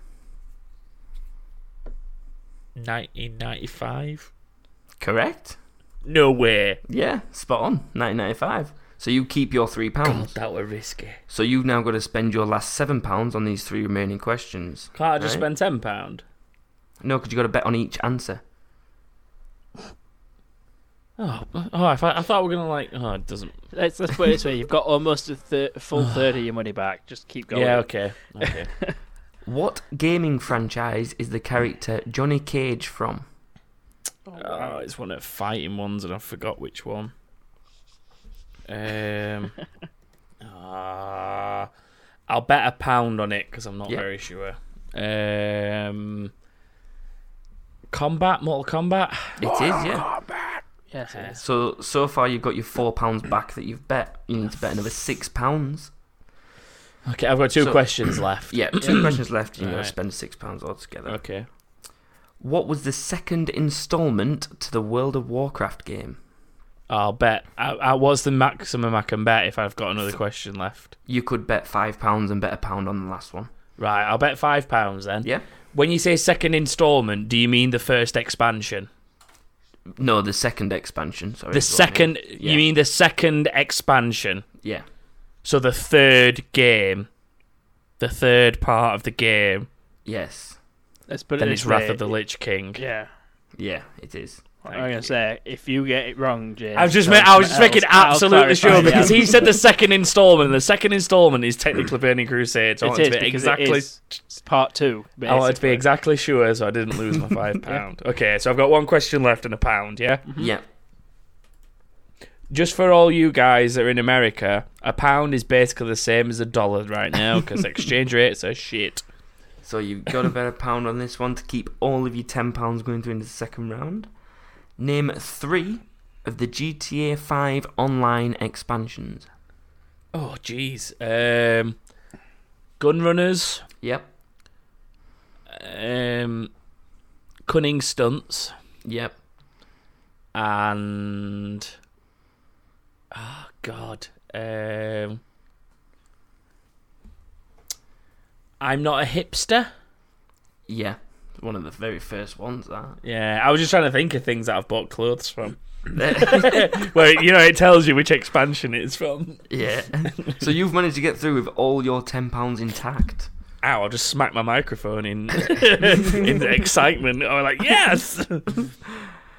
[SPEAKER 1] 1995?
[SPEAKER 3] Correct?
[SPEAKER 1] No way.
[SPEAKER 3] Yeah, spot on. 1995. So you keep your £3.
[SPEAKER 1] God, that were risky.
[SPEAKER 3] So you've now got to spend your last £7 on these three remaining questions.
[SPEAKER 1] Can't I just
[SPEAKER 3] Right.
[SPEAKER 1] spend ten pound?
[SPEAKER 3] No, because you've got to bet on each answer.
[SPEAKER 1] Oh, oh! I thought, I thought we were gonna like. Oh, it doesn't.
[SPEAKER 2] Let's let's put it this way: you've got almost a thir- full third of your money back. Just keep going.
[SPEAKER 1] yeah. Okay. Okay.
[SPEAKER 3] What gaming franchise is the character Johnny Cage from?
[SPEAKER 1] oh, it's one of the fighting ones, and I forgot which one. Um. Ah, I'll bet a pound on it because I'm not
[SPEAKER 3] Yeah.
[SPEAKER 1] very sure. Um. Combat, Mortal Kombat.
[SPEAKER 3] It is, yeah.
[SPEAKER 2] Yes, it is.
[SPEAKER 3] So so far you've got your four pounds back that you've bet. You need to bet another six pounds.
[SPEAKER 1] Okay, I've got two
[SPEAKER 3] So-
[SPEAKER 1] questions left.
[SPEAKER 3] Yeah, two questions left. and You've got
[SPEAKER 1] Right.
[SPEAKER 3] to spend six pounds altogether.
[SPEAKER 1] Okay.
[SPEAKER 3] What was the second instalment to the World of Warcraft game?
[SPEAKER 1] I'll bet. I, I, what's the maximum I can bet if I've got another question left?
[SPEAKER 3] You could bet five pounds and bet a pound on the last one.
[SPEAKER 1] Right, I'll bet five pounds then.
[SPEAKER 3] Yeah.
[SPEAKER 1] When you say second instalment, do you mean the first expansion?
[SPEAKER 3] No, the second expansion. Sorry.
[SPEAKER 1] The
[SPEAKER 3] is what I mean.
[SPEAKER 1] second,
[SPEAKER 3] Yeah.
[SPEAKER 1] you mean the second expansion?
[SPEAKER 3] Yeah.
[SPEAKER 1] So the third game, the third part of the game,
[SPEAKER 3] Yes.
[SPEAKER 2] Let's put it
[SPEAKER 1] then
[SPEAKER 2] this
[SPEAKER 1] it's Wrath
[SPEAKER 2] way.
[SPEAKER 1] of the Lich King.
[SPEAKER 2] Yeah.
[SPEAKER 3] Yeah. It is.
[SPEAKER 2] I'm
[SPEAKER 1] Thank
[SPEAKER 2] going
[SPEAKER 1] you.
[SPEAKER 2] to say, if you get it wrong, James.
[SPEAKER 1] I was just,
[SPEAKER 2] tell
[SPEAKER 1] ma-
[SPEAKER 2] us
[SPEAKER 1] I was just
[SPEAKER 2] something
[SPEAKER 1] making
[SPEAKER 2] else. I'll
[SPEAKER 1] absolutely
[SPEAKER 2] clarify
[SPEAKER 1] sure
[SPEAKER 2] the
[SPEAKER 1] because he
[SPEAKER 2] answer.
[SPEAKER 1] said the second installment. and The second installment is technically Burning Crusade. So I
[SPEAKER 2] It
[SPEAKER 1] wanted
[SPEAKER 2] is
[SPEAKER 1] to be
[SPEAKER 2] because
[SPEAKER 1] exactly.
[SPEAKER 2] it is part two.
[SPEAKER 1] I wanted to be
[SPEAKER 2] basically.
[SPEAKER 1] exactly sure, so I didn't lose my five pound. Okay, so I've got one question left and a pound. Yeah,
[SPEAKER 3] Yeah.
[SPEAKER 1] just for all you guys that are in America, a pound is basically the same as a dollar right now because exchange rates are shit.
[SPEAKER 3] So you've got to bet a pound on this one to keep all of your ten pounds going through into the second round. Name three of the GTA Five online expansions.
[SPEAKER 1] Oh, jeez. Um, Gunrunners,
[SPEAKER 3] Yep.
[SPEAKER 1] um, cunning stunts,
[SPEAKER 3] Yep.
[SPEAKER 1] and oh god, um, I'm not a hipster.
[SPEAKER 3] Yeah. One of the very first ones. That.
[SPEAKER 1] Yeah, I was just trying to think of things that I've bought clothes from. Where you know it tells you which expansion it's from.
[SPEAKER 3] yeah. so you've managed to get through with all your ten pounds intact.
[SPEAKER 1] Ow! I just smacked my microphone in in excitement. I was like, yes.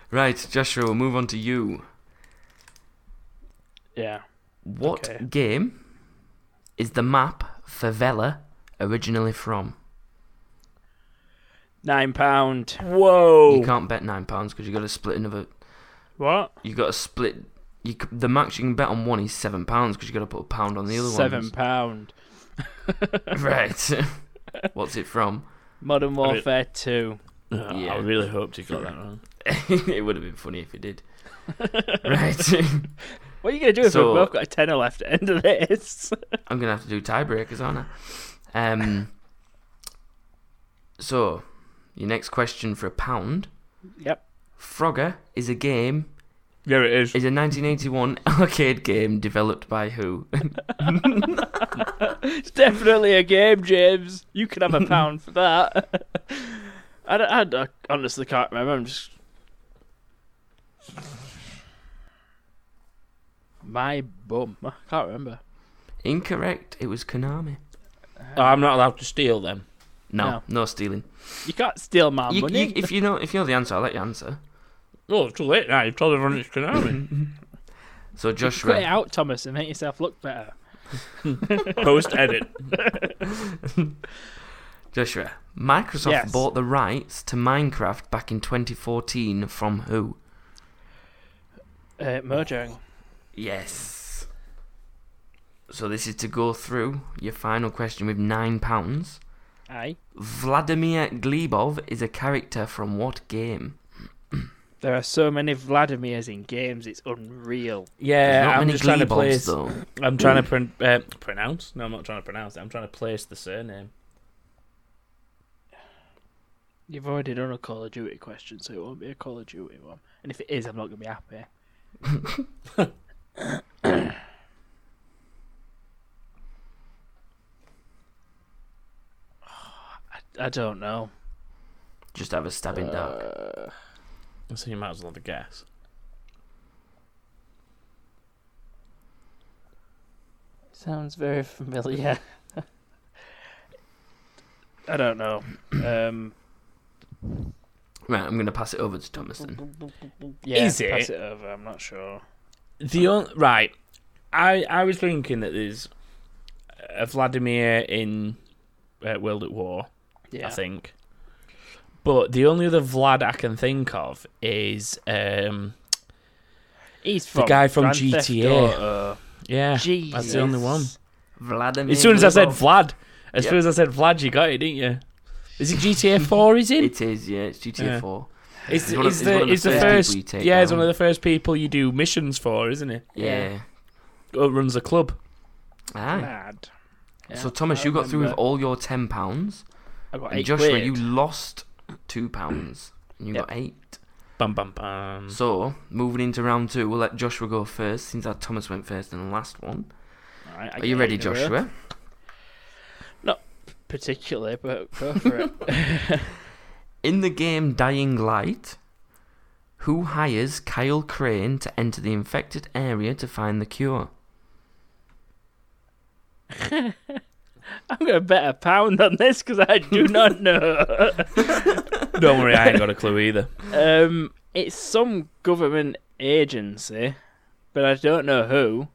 [SPEAKER 3] Right, Joshua. We'll move on to you.
[SPEAKER 2] Yeah.
[SPEAKER 3] What
[SPEAKER 2] Okay.
[SPEAKER 3] game is the map Favela originally from?
[SPEAKER 2] Nine pound.
[SPEAKER 3] You
[SPEAKER 1] Whoa!
[SPEAKER 3] can't bet nine pounds because you got to split another.
[SPEAKER 2] What?
[SPEAKER 3] You got to split. You c- the max you can bet on one is seven pounds because you got to put a pound on the other
[SPEAKER 2] Seven
[SPEAKER 3] one.
[SPEAKER 2] pound.
[SPEAKER 3] Right. What's it from?
[SPEAKER 2] Modern
[SPEAKER 1] mean-
[SPEAKER 2] Warfare Two.
[SPEAKER 1] Oh,
[SPEAKER 3] Yeah.
[SPEAKER 1] I really hoped you got that wrong.
[SPEAKER 3] it would have been funny if it did. right.
[SPEAKER 2] What are you gonna do if
[SPEAKER 3] So-
[SPEAKER 2] we've both got a tenner left at the end of this?
[SPEAKER 3] I'm gonna have to do tiebreakers, aren't I? Um. So, your next question for a pound.
[SPEAKER 2] yep.
[SPEAKER 3] Frogger is a game.
[SPEAKER 1] Yeah, it is.
[SPEAKER 3] Is a 1981 arcade game developed by who?
[SPEAKER 2] It's definitely a game, James. You can have a pound for that. I, don't- I don't- I honestly can't remember. I'm just. My bum. I can't remember.
[SPEAKER 3] Incorrect. It was Konami.
[SPEAKER 1] Oh, I'm not allowed to steal them.
[SPEAKER 3] No, no,
[SPEAKER 2] No.
[SPEAKER 3] stealing.
[SPEAKER 2] You can't steal my
[SPEAKER 3] You,
[SPEAKER 2] money.
[SPEAKER 3] you, if you know, if you know the answer, I'll let you answer.
[SPEAKER 1] Oh, it's too late now. You've told everyone it's Konami.
[SPEAKER 3] So
[SPEAKER 2] Cut it
[SPEAKER 3] Joshua,
[SPEAKER 2] out, Thomas, and make yourself look better.
[SPEAKER 1] Post edit.
[SPEAKER 3] Joshua, Microsoft
[SPEAKER 2] Yes.
[SPEAKER 3] bought the rights to Minecraft back in 2014 from who?
[SPEAKER 2] Uh, Mojang.
[SPEAKER 3] Yes. So this is to go through your final question with nine pounds.
[SPEAKER 2] Aye.
[SPEAKER 3] Vladimir Glebov is a character from what game?
[SPEAKER 2] There are so many Vladimirs in games, it's unreal.
[SPEAKER 3] There's
[SPEAKER 1] Yeah,
[SPEAKER 3] not
[SPEAKER 1] Uh, I'm
[SPEAKER 3] many
[SPEAKER 1] just trying to
[SPEAKER 3] Glebovs,
[SPEAKER 1] place.
[SPEAKER 3] though.
[SPEAKER 1] I'm trying to pron- uh, pronounce. No, I'm not trying to pronounce it. I'm trying to place the surname.
[SPEAKER 2] You've already done a Call of Duty question, so it won't be a Call of Duty one. And if it is, I'm not going to be happy. I, I don't know.
[SPEAKER 3] Just have a stab in dark.
[SPEAKER 1] Uh, So you might as well have a guess.
[SPEAKER 2] Sounds very familiar. I don't know. Um,
[SPEAKER 3] Right, I'm gonna pass it over to Thomas then.
[SPEAKER 2] yeah,
[SPEAKER 1] Is it?
[SPEAKER 2] Pass it over. I'm not sure.
[SPEAKER 1] The on- right, I I was thinking that there's a Vladimir in uh, World at War.
[SPEAKER 2] Yeah.
[SPEAKER 1] I think. But the only other Vlad I can think of is um
[SPEAKER 2] He's
[SPEAKER 1] The
[SPEAKER 2] from
[SPEAKER 1] guy from
[SPEAKER 2] Grand Theft
[SPEAKER 1] GTA.
[SPEAKER 2] Auto.
[SPEAKER 1] yeah
[SPEAKER 2] Jesus.
[SPEAKER 1] that's the only one.
[SPEAKER 3] Vladimir.
[SPEAKER 1] As soon as I said
[SPEAKER 3] Glebov.
[SPEAKER 1] Vlad, as
[SPEAKER 3] Yep.
[SPEAKER 1] soon as I said Vlad, you got it, didn't you? Is it GTA Four? Is it?
[SPEAKER 3] It is, yeah. It's GTA
[SPEAKER 1] Yeah.
[SPEAKER 3] 4.
[SPEAKER 1] It's,
[SPEAKER 3] He's one of-
[SPEAKER 1] it's
[SPEAKER 3] he's
[SPEAKER 1] the,
[SPEAKER 3] one of the
[SPEAKER 1] it's the
[SPEAKER 3] first
[SPEAKER 1] first,
[SPEAKER 3] people you take
[SPEAKER 1] yeah, it's
[SPEAKER 3] down.
[SPEAKER 1] one of the first people you do missions for, isn't it?
[SPEAKER 3] Yeah.
[SPEAKER 2] Yeah.
[SPEAKER 1] Oh, runs a club. Ah.
[SPEAKER 3] Aye.
[SPEAKER 2] Mad.
[SPEAKER 3] so Thomas, you got through with all your ten pounds,
[SPEAKER 2] I got
[SPEAKER 3] and
[SPEAKER 2] eight
[SPEAKER 3] Joshua,
[SPEAKER 2] quid.
[SPEAKER 3] you lost two pounds, and you
[SPEAKER 2] Yep. Mm.
[SPEAKER 3] got eight.
[SPEAKER 1] Bum bum bum.
[SPEAKER 3] So moving into round two, we'll let Joshua go first, since our Thomas went first in the last one.
[SPEAKER 2] Alright, I
[SPEAKER 3] Are you
[SPEAKER 2] get
[SPEAKER 3] ready,
[SPEAKER 2] eight in a row.
[SPEAKER 3] Joshua?
[SPEAKER 2] Particularly, but go for it.
[SPEAKER 3] In the game Dying Light, who hires Kyle Crane to enter the infected area to find the cure?
[SPEAKER 2] I'm going to bet a pound on this because I do not know.
[SPEAKER 1] Don't worry, I ain't got a clue either.
[SPEAKER 2] um, it's some government agency, but I don't know who.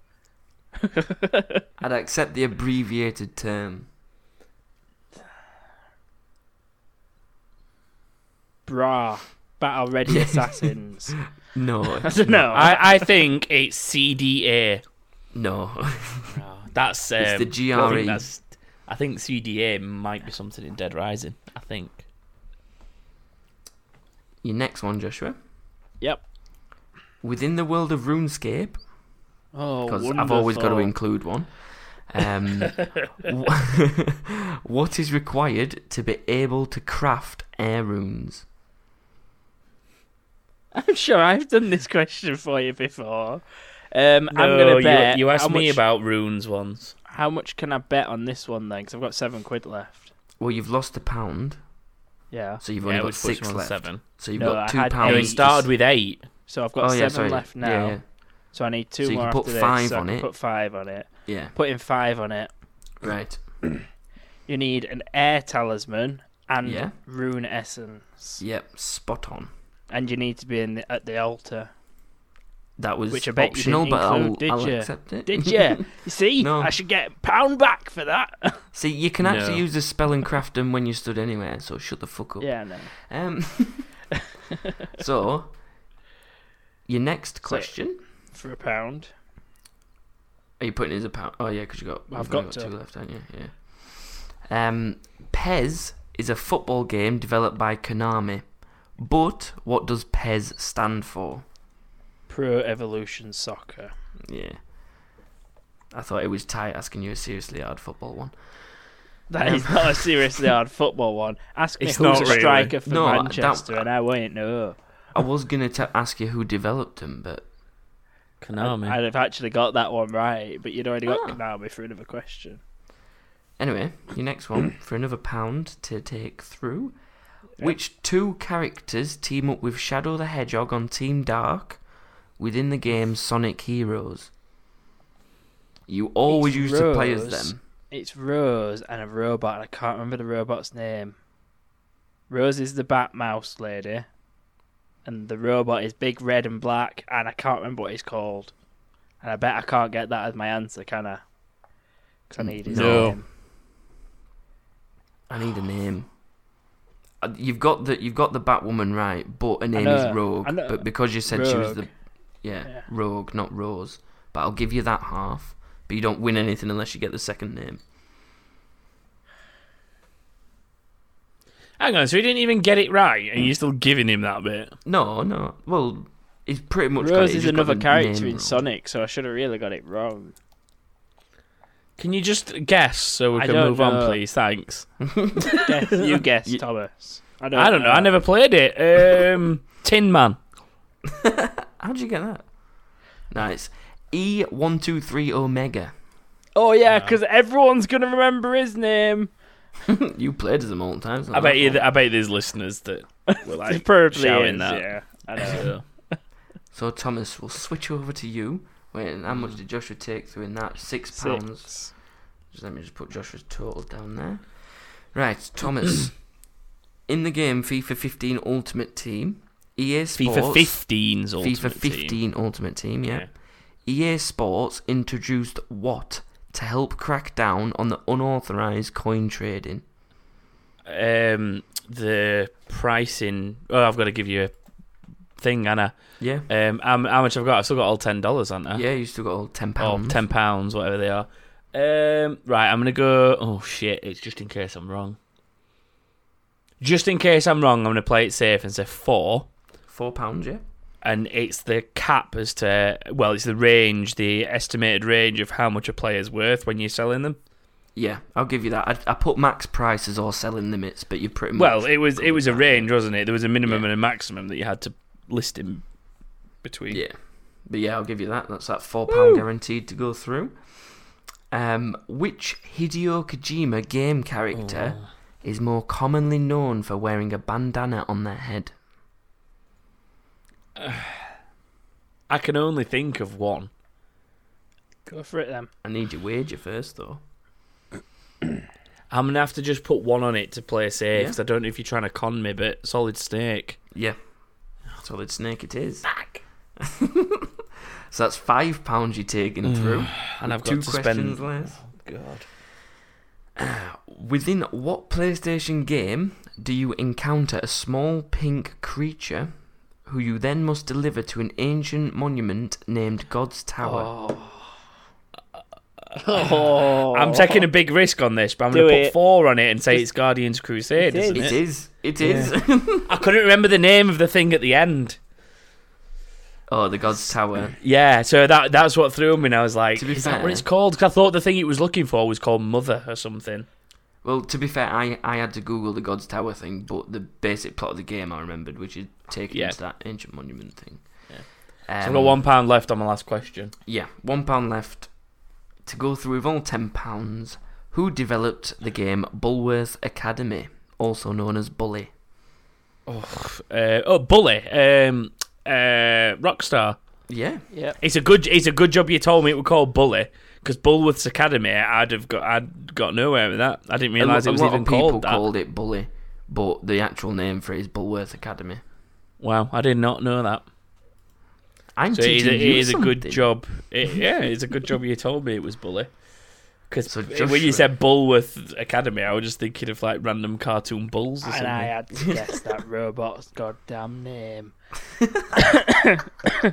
[SPEAKER 3] I'd accept the abbreviated term.
[SPEAKER 2] Brah, battle ready assassins.
[SPEAKER 3] No.
[SPEAKER 2] I don't know.
[SPEAKER 1] I, I think it's CDA.
[SPEAKER 3] No.
[SPEAKER 1] That's um,
[SPEAKER 3] It's the
[SPEAKER 1] I
[SPEAKER 3] GRE.
[SPEAKER 1] think, that's, I think CDA might be something in Dead Rising. I think.
[SPEAKER 3] Your next one, Joshua.
[SPEAKER 2] Yep.
[SPEAKER 3] Within the world of RuneScape,
[SPEAKER 2] Oh,
[SPEAKER 3] because I've always got to
[SPEAKER 2] wonderful.
[SPEAKER 3] include one. Um, wh- what is required to be able to craft air runes?
[SPEAKER 2] I'm sure I've done this question for you before. Um, I'm
[SPEAKER 1] No,
[SPEAKER 2] gonna
[SPEAKER 1] you-
[SPEAKER 2] bet.
[SPEAKER 1] You, asked
[SPEAKER 2] how
[SPEAKER 1] me
[SPEAKER 2] much-
[SPEAKER 1] about runes once.
[SPEAKER 2] how much can I bet on this one then? Because I've got seven quid left.
[SPEAKER 3] Well, you've lost a pound,
[SPEAKER 2] Yeah.
[SPEAKER 3] so you've
[SPEAKER 1] yeah,
[SPEAKER 3] only
[SPEAKER 1] which
[SPEAKER 3] got
[SPEAKER 1] puts
[SPEAKER 3] six
[SPEAKER 1] him on
[SPEAKER 3] left.
[SPEAKER 1] seven.
[SPEAKER 3] So you've
[SPEAKER 2] No,
[SPEAKER 3] got
[SPEAKER 2] I
[SPEAKER 3] two
[SPEAKER 2] had
[SPEAKER 1] Oh,
[SPEAKER 3] pounds.
[SPEAKER 2] eight.
[SPEAKER 1] it started with eight.
[SPEAKER 2] So I've
[SPEAKER 3] Oh,
[SPEAKER 2] got
[SPEAKER 3] yeah,
[SPEAKER 2] seven
[SPEAKER 3] sorry.
[SPEAKER 2] left
[SPEAKER 3] Yeah,
[SPEAKER 2] now.
[SPEAKER 3] yeah.
[SPEAKER 2] So I need two
[SPEAKER 3] So you
[SPEAKER 2] more.
[SPEAKER 3] can put
[SPEAKER 2] after this,
[SPEAKER 3] five
[SPEAKER 2] so I
[SPEAKER 3] on
[SPEAKER 2] can
[SPEAKER 3] it.
[SPEAKER 2] Put five on it.
[SPEAKER 3] Yeah,
[SPEAKER 2] Putting five on it.
[SPEAKER 3] right.
[SPEAKER 2] You need an air talisman and
[SPEAKER 3] Yeah.
[SPEAKER 2] rune essence,
[SPEAKER 3] Yep, spot on.
[SPEAKER 2] and you need to be in the, at the altar.
[SPEAKER 3] That was
[SPEAKER 2] Which I bet you didn't
[SPEAKER 3] optional, but I'll,
[SPEAKER 2] include, did
[SPEAKER 3] I'll
[SPEAKER 2] you?
[SPEAKER 3] accept it.
[SPEAKER 2] Did you? you see,
[SPEAKER 3] No.
[SPEAKER 2] I should get a pound back for that.
[SPEAKER 3] See, you can actually
[SPEAKER 1] No.
[SPEAKER 3] use the spell and craft them when you stood anywhere, so shut the fuck up.
[SPEAKER 2] yeah, no.
[SPEAKER 3] Um, so, your next question.
[SPEAKER 2] For a pound.
[SPEAKER 3] Are you putting it as a pound? Oh yeah, because you got.
[SPEAKER 2] I've
[SPEAKER 3] you've only
[SPEAKER 2] got to.
[SPEAKER 3] two left, haven't you? Yeah. Um, Pez is a football game developed by Konami, but what does Pez stand for?
[SPEAKER 2] Pro Evolution Soccer.
[SPEAKER 3] Yeah. I thought it was tight asking you a seriously hard football one.
[SPEAKER 2] That is not a seriously hard football one. Ask me
[SPEAKER 1] It's
[SPEAKER 2] who's
[SPEAKER 1] not
[SPEAKER 2] a
[SPEAKER 1] really.
[SPEAKER 2] striker for
[SPEAKER 3] No, I- that-
[SPEAKER 2] Manchester, and I won't know.
[SPEAKER 3] I was gonna t- ask you who developed them, but
[SPEAKER 1] Konami.
[SPEAKER 2] I'd have actually got that one right, but you'd already got
[SPEAKER 3] Ah.
[SPEAKER 2] Konami for another question.
[SPEAKER 3] Anyway, your next one for another pound to take through. Which two characters team up with Shadow the Hedgehog on Team Dark within the game Sonic Heroes? You always
[SPEAKER 2] It's
[SPEAKER 3] used to play as
[SPEAKER 2] Rose.
[SPEAKER 3] them.
[SPEAKER 2] It's Rose and a robot, and I can't remember the robot's name. Rose is the Bat Mouse lady, and the robot is big red and black, and I can't remember what he's called. And I bet I can't get that as my answer, can I? Because I need his
[SPEAKER 1] No.
[SPEAKER 2] name.
[SPEAKER 3] I need a name. Uh, You've got the you've got the Batwoman right, but her name
[SPEAKER 2] know,
[SPEAKER 3] is Rogue.
[SPEAKER 2] I know.
[SPEAKER 3] But because you said she was the
[SPEAKER 2] Rogue.
[SPEAKER 3] yeah,
[SPEAKER 2] Yeah.
[SPEAKER 3] Rogue, not Rose. But I'll give you that half. But you don't win anything unless you get the second name.
[SPEAKER 1] Hang on, so he didn't even get it right, and you're still giving him that bit.
[SPEAKER 3] No, no. Well, it's pretty much. got it,
[SPEAKER 2] Rose
[SPEAKER 3] he's
[SPEAKER 2] is
[SPEAKER 3] just got
[SPEAKER 2] another
[SPEAKER 3] the
[SPEAKER 2] character
[SPEAKER 3] name
[SPEAKER 2] in
[SPEAKER 3] wrong.
[SPEAKER 2] Sonic, so I should have really got it wrong.
[SPEAKER 1] Can you just guess so we
[SPEAKER 2] I
[SPEAKER 1] can
[SPEAKER 2] don't
[SPEAKER 1] move
[SPEAKER 2] know.
[SPEAKER 1] on, please? Thanks.
[SPEAKER 2] Guess, you guess,
[SPEAKER 3] You-
[SPEAKER 2] Thomas.
[SPEAKER 1] I don't know. I never played it. Um, Tin Man.
[SPEAKER 3] How'd you get that? Nice. E one two three Omega.
[SPEAKER 2] Oh yeah, because everyone's gonna remember his name.
[SPEAKER 3] you played as them all the time. it's not
[SPEAKER 1] I bet
[SPEAKER 3] that
[SPEAKER 1] you.
[SPEAKER 3] hard.
[SPEAKER 1] I bet there's listeners that uh, were
[SPEAKER 2] It
[SPEAKER 1] like
[SPEAKER 2] probably
[SPEAKER 1] shouting
[SPEAKER 2] is.
[SPEAKER 1] that.
[SPEAKER 2] Yeah, I know.
[SPEAKER 1] So,
[SPEAKER 3] So Thomas, we'll switch over to you. Wait, and how much did Joshua take through in that? Six pounds.
[SPEAKER 2] Six.
[SPEAKER 3] Just let me just put Joshua's total down there. Right, Thomas. in the game FIFA 15 Ultimate Team, EA Sports.
[SPEAKER 1] FIFA 15's ultimate
[SPEAKER 3] FIFA
[SPEAKER 1] team.
[SPEAKER 3] 15 Ultimate Team, yeah. EA E Sports introduced what to help crack down on the unauthorized coin trading?
[SPEAKER 1] Yeah. Um, the pricing. Oh, I've got to give you a thing, Anna.
[SPEAKER 3] Yeah.
[SPEAKER 1] Um, how, how much I've got? I've still got all ten dollars, haven't I?
[SPEAKER 3] Yeah, you still got all ten
[SPEAKER 1] Or
[SPEAKER 3] pounds.
[SPEAKER 1] Ah. Oh, ten pounds, whatever they are. Um, right, I'm gonna go. Oh shit! It's just in case I'm wrong. Just in case I'm wrong, I'm gonna play it safe and say four.
[SPEAKER 3] Four pounds, yeah.
[SPEAKER 1] And it's the cap as to well, it's the range, the estimated range of how much a player's worth when you're selling them.
[SPEAKER 3] Yeah, I'll give you that. I, I put max prices or selling limits, but you pretty much
[SPEAKER 1] Well, it was it was a
[SPEAKER 3] covered
[SPEAKER 1] range, wasn't it? There was a minimum
[SPEAKER 3] Mm.
[SPEAKER 1] and
[SPEAKER 3] Yeah.
[SPEAKER 1] a maximum that you had to list in
[SPEAKER 3] that.
[SPEAKER 1] between.
[SPEAKER 3] Yeah, but yeah, I'll give you that. That's that four pound guaranteed to go through. Um, which Hideo Kojima game character
[SPEAKER 1] Oh.
[SPEAKER 3] is more commonly known for wearing a bandana on their head?
[SPEAKER 1] I can only think of one.
[SPEAKER 2] Go for it then.
[SPEAKER 3] I need your wager first, though.
[SPEAKER 1] I'm gonna have to just put one on it to play safe.
[SPEAKER 3] Yeah.
[SPEAKER 1] 'cause I don't know if you're trying to con me, but Solid Snake.
[SPEAKER 3] Yeah, Solid Snake it is. so that's five pounds you're taking through.
[SPEAKER 1] Mm. And I've got
[SPEAKER 3] Two
[SPEAKER 1] to
[SPEAKER 3] questions
[SPEAKER 1] spend.
[SPEAKER 3] left.
[SPEAKER 1] God.
[SPEAKER 3] Within what PlayStation game do you encounter a small pink creature who you then must deliver to an ancient monument named God's Tower?
[SPEAKER 2] Oh,
[SPEAKER 1] I'm taking a big risk on this, but I'm going
[SPEAKER 2] Do
[SPEAKER 1] to put
[SPEAKER 2] it.
[SPEAKER 1] four on it and say it's Guardians Crusade.
[SPEAKER 2] It is.
[SPEAKER 1] isn't
[SPEAKER 3] It
[SPEAKER 1] it?
[SPEAKER 3] is. It is.
[SPEAKER 1] I couldn't remember the name of the thing at the end.
[SPEAKER 3] oh, the God's Tower.
[SPEAKER 1] Yeah, so that that's what threw me. And I was like,
[SPEAKER 3] To be
[SPEAKER 1] is
[SPEAKER 3] fair-
[SPEAKER 1] that what it's called? 'Cause I thought the thing it was looking for was called Mother or something.
[SPEAKER 3] Well, to be fair, I, I had to Google the God's Tower thing, but the basic plot of the game I remembered, which is taken
[SPEAKER 1] Yeah.
[SPEAKER 3] into that ancient monument thing. Yeah.
[SPEAKER 1] So I've got one pound left on my last question.
[SPEAKER 3] Yeah, one pound left to go through with all ten pounds. Who developed the game Bulworth Academy, also known as Bully?
[SPEAKER 1] Uh, oh, Bully, um, uh, Rockstar.
[SPEAKER 3] Yeah,
[SPEAKER 2] Yeah.
[SPEAKER 1] It's a good. It's a good job you told me it was called Bully because Bullworth's Academy. I'd have got. I'd got nowhere with that. I didn't
[SPEAKER 3] a, lo-
[SPEAKER 1] realise it
[SPEAKER 3] a
[SPEAKER 1] was
[SPEAKER 3] lot
[SPEAKER 1] even
[SPEAKER 3] of people
[SPEAKER 1] called that.
[SPEAKER 3] called it Bully, but the actual name for it is Bulworth Academy.
[SPEAKER 1] Wow, I did not know that.
[SPEAKER 3] I'm
[SPEAKER 1] So it is,
[SPEAKER 3] teaching
[SPEAKER 1] it
[SPEAKER 3] you
[SPEAKER 1] is a good
[SPEAKER 3] something.
[SPEAKER 1] job. It, yeah, it's a good job you told me it was Bully. Because
[SPEAKER 3] So
[SPEAKER 1] when you
[SPEAKER 3] Joshua-
[SPEAKER 1] said Bullworth Academy, I was just thinking of like random cartoon bulls or
[SPEAKER 2] And
[SPEAKER 1] something.
[SPEAKER 2] I had to guess that robot's goddamn name.